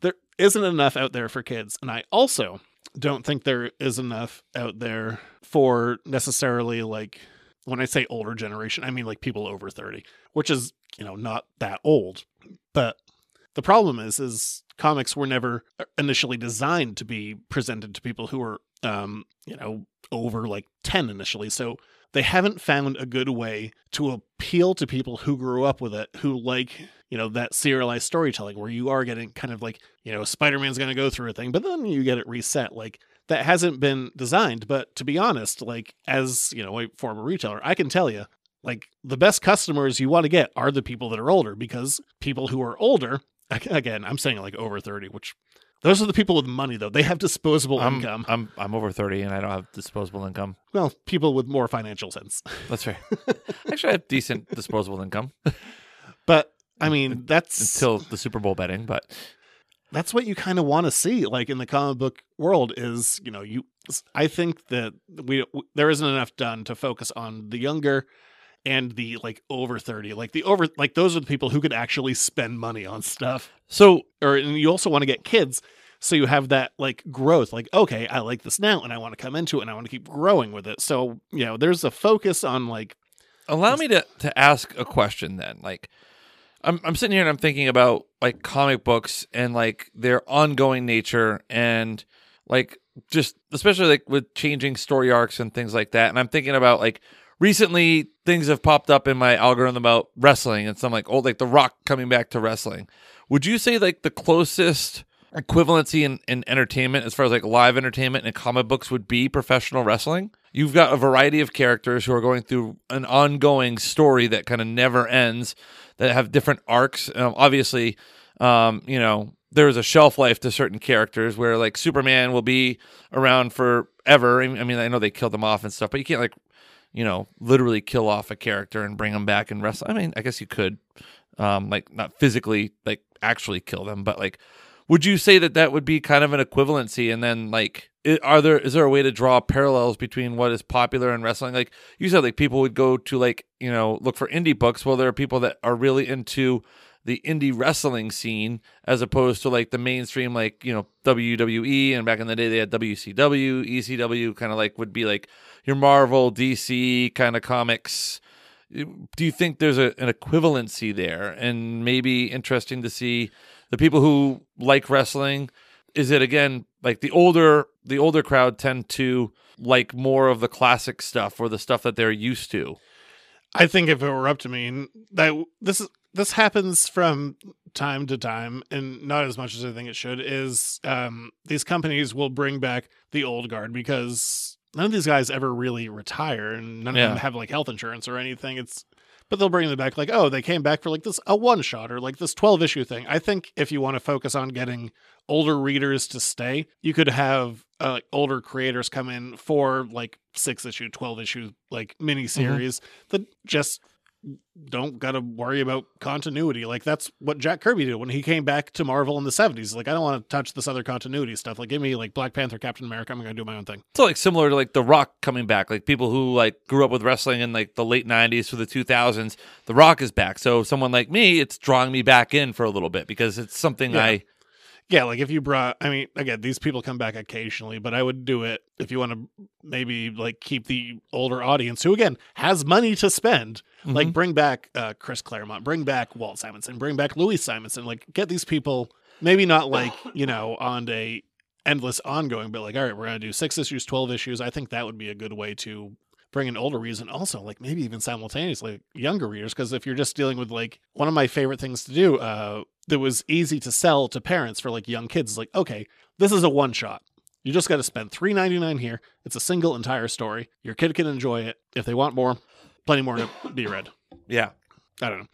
E: There isn't enough out there for kids. And I also don't think there is enough out there for necessarily like when I say older generation, I mean like people over 30, which is, you know, not that old. But the problem is is comics were never initially designed to be presented to people who are um you know over like 10 initially so they haven't found a good way to appeal to people who grew up with it who like you know that serialized storytelling where you are getting kind of like you know spider-man's going to go through a thing but then you get it reset like that hasn't been designed but to be honest like as you know a former retailer i can tell you like the best customers you want to get are the people that are older because people who are older again, I'm saying like over 30, which those are the people with money though. They have disposable
F: I'm,
E: income.
F: I'm I'm over 30 and I don't have disposable income.
E: Well, people with more financial sense.
F: That's right. Actually, I have decent disposable income.
E: But I mean, that's
F: until the Super Bowl betting, but
E: that's what you kind of want to see like in the comic book world is, you know, you I think that we there isn't enough done to focus on the younger and the like over 30 like the over like those are the people who could actually spend money on stuff
F: so
E: or and you also want to get kids so you have that like growth like okay i like this now and i want to come into it and i want to keep growing with it so you know there's a focus on like
F: allow this- me to to ask a question then like I'm, I'm sitting here and i'm thinking about like comic books and like their ongoing nature and like just especially like with changing story arcs and things like that and i'm thinking about like recently things have popped up in my algorithm about wrestling and some like oh like the rock coming back to wrestling would you say like the closest equivalency in, in entertainment as far as like live entertainment and comic books would be professional wrestling you've got a variety of characters who are going through an ongoing story that kind of never ends that have different arcs um, obviously um, you know there's a shelf life to certain characters where like superman will be around forever i mean i know they killed him off and stuff but you can't like you know, literally kill off a character and bring them back and wrestle. I mean, I guess you could, um, like not physically, like actually kill them, but like, would you say that that would be kind of an equivalency? And then like, are there is there a way to draw parallels between what is popular in wrestling? Like you said, like people would go to like you know look for indie books. Well, there are people that are really into the indie wrestling scene as opposed to like the mainstream like you know WWE and back in the day they had WCW, ECW kind of like would be like your Marvel, DC kind of comics. Do you think there's a, an equivalency there and maybe interesting to see the people who like wrestling is it again like the older the older crowd tend to like more of the classic stuff or the stuff that they're used to?
E: I think if it were up to me, that this is this happens from time to time and not as much as I think it should is um, these companies will bring back the old guard because none of these guys ever really retire and none of yeah. them have like health insurance or anything. It's but they'll bring them back like, oh, they came back for like this a one shot or like this 12 issue thing. I think if you want to focus on getting older readers to stay, you could have uh, older creators come in for like six issue, 12 issue like mini series mm-hmm. that just don't got to worry about continuity. Like that's what Jack Kirby did when he came back to Marvel in the 70s. Like I don't want to touch this other continuity stuff. Like give me like Black Panther, Captain America, I'm going to do my own thing.
F: So like similar to like The Rock coming back. Like people who like grew up with wrestling in like the late 90s to the 2000s, The Rock is back. So someone like me, it's drawing me back in for a little bit because it's something
E: yeah.
F: I
E: yeah, like if you brought, I mean, again, these people come back occasionally, but I would do it if you want to maybe like keep the older audience who, again, has money to spend. Mm-hmm. Like bring back uh, Chris Claremont, bring back Walt Simonson, bring back Louis Simonson. Like get these people, maybe not like, you know, on a endless ongoing, but like, all right, we're going to do six issues, 12 issues. I think that would be a good way to bring in older readers and also like maybe even simultaneously younger readers. Because if you're just dealing with like one of my favorite things to do, uh, that was easy to sell to parents for like young kids, is like, okay, this is a one shot. You just got to spend three ninety nine here. It's a single entire story. Your kid can enjoy it. If they want more, plenty more to be read.
F: Yeah.
E: I don't know.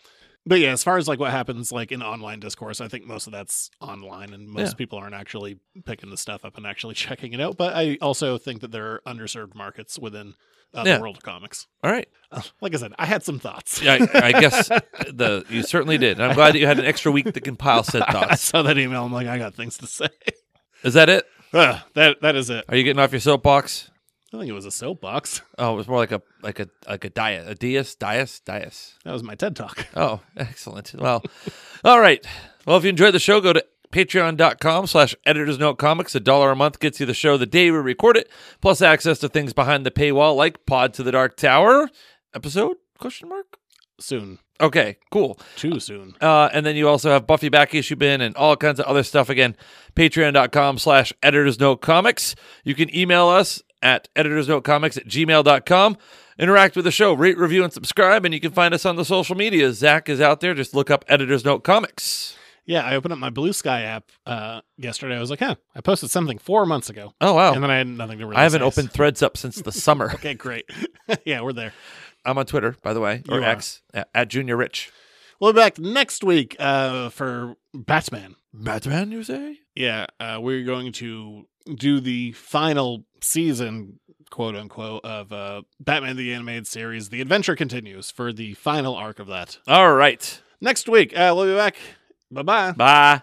E: But yeah, as far as like what happens like in online discourse, I think most of that's online and most
F: Yeah.
E: people aren't actually picking the stuff up and actually checking it out. But I also think that there are underserved markets within uh,
F: Yeah.
E: the world of comics.
F: All right.
E: Uh, Like I said, I had some thoughts.
F: Yeah, I, I guess the you certainly did. And I'm glad that you had an extra week to compile said
E: I
F: thoughts.
E: saw that email. I'm like, I got things to say.
F: Is that it?
E: Ugh, that that is it.
F: Are you getting off your soapbox?
E: I think it was a soapbox.
F: Oh, it was more like a like a like a diet, a dias, dias, dias.
E: That was my TED talk.
F: Oh, excellent. Well, all right. Well, if you enjoyed the show, go to patreon.com slash editors note comics. A dollar a month gets you the show the day we record it, plus access to things behind the paywall like Pod to the Dark Tower episode question mark
E: soon.
F: Okay, cool.
E: Too soon.
F: Uh, and then you also have Buffy Back Issue Bin and all kinds of other stuff. Again, patreon.com slash editors note comics. You can email us at editorsnotecomics at gmail.com. Interact with the show, rate, review, and subscribe. And you can find us on the social media. Zach is out there. Just look up Editors Note Comics.
E: Yeah, I opened up my Blue Sky app uh, yesterday. I was like, huh, I posted something four months ago.
F: Oh, wow.
E: And then I had nothing to really
F: I haven't
E: say.
F: opened threads up since the summer.
E: Okay, great. yeah, we're there.
F: I'm on Twitter, by the way, or
E: You are.
F: X, at, at Junior Rich.
E: We'll be back next week uh, for Batman.
F: Batman, you say?
E: Yeah, uh, we're going to do the final season, quote unquote, of uh, Batman the Animated Series. The adventure continues for the final arc of that.
F: All right.
E: Next week, uh, we'll be back. Bye bye.
F: Bye.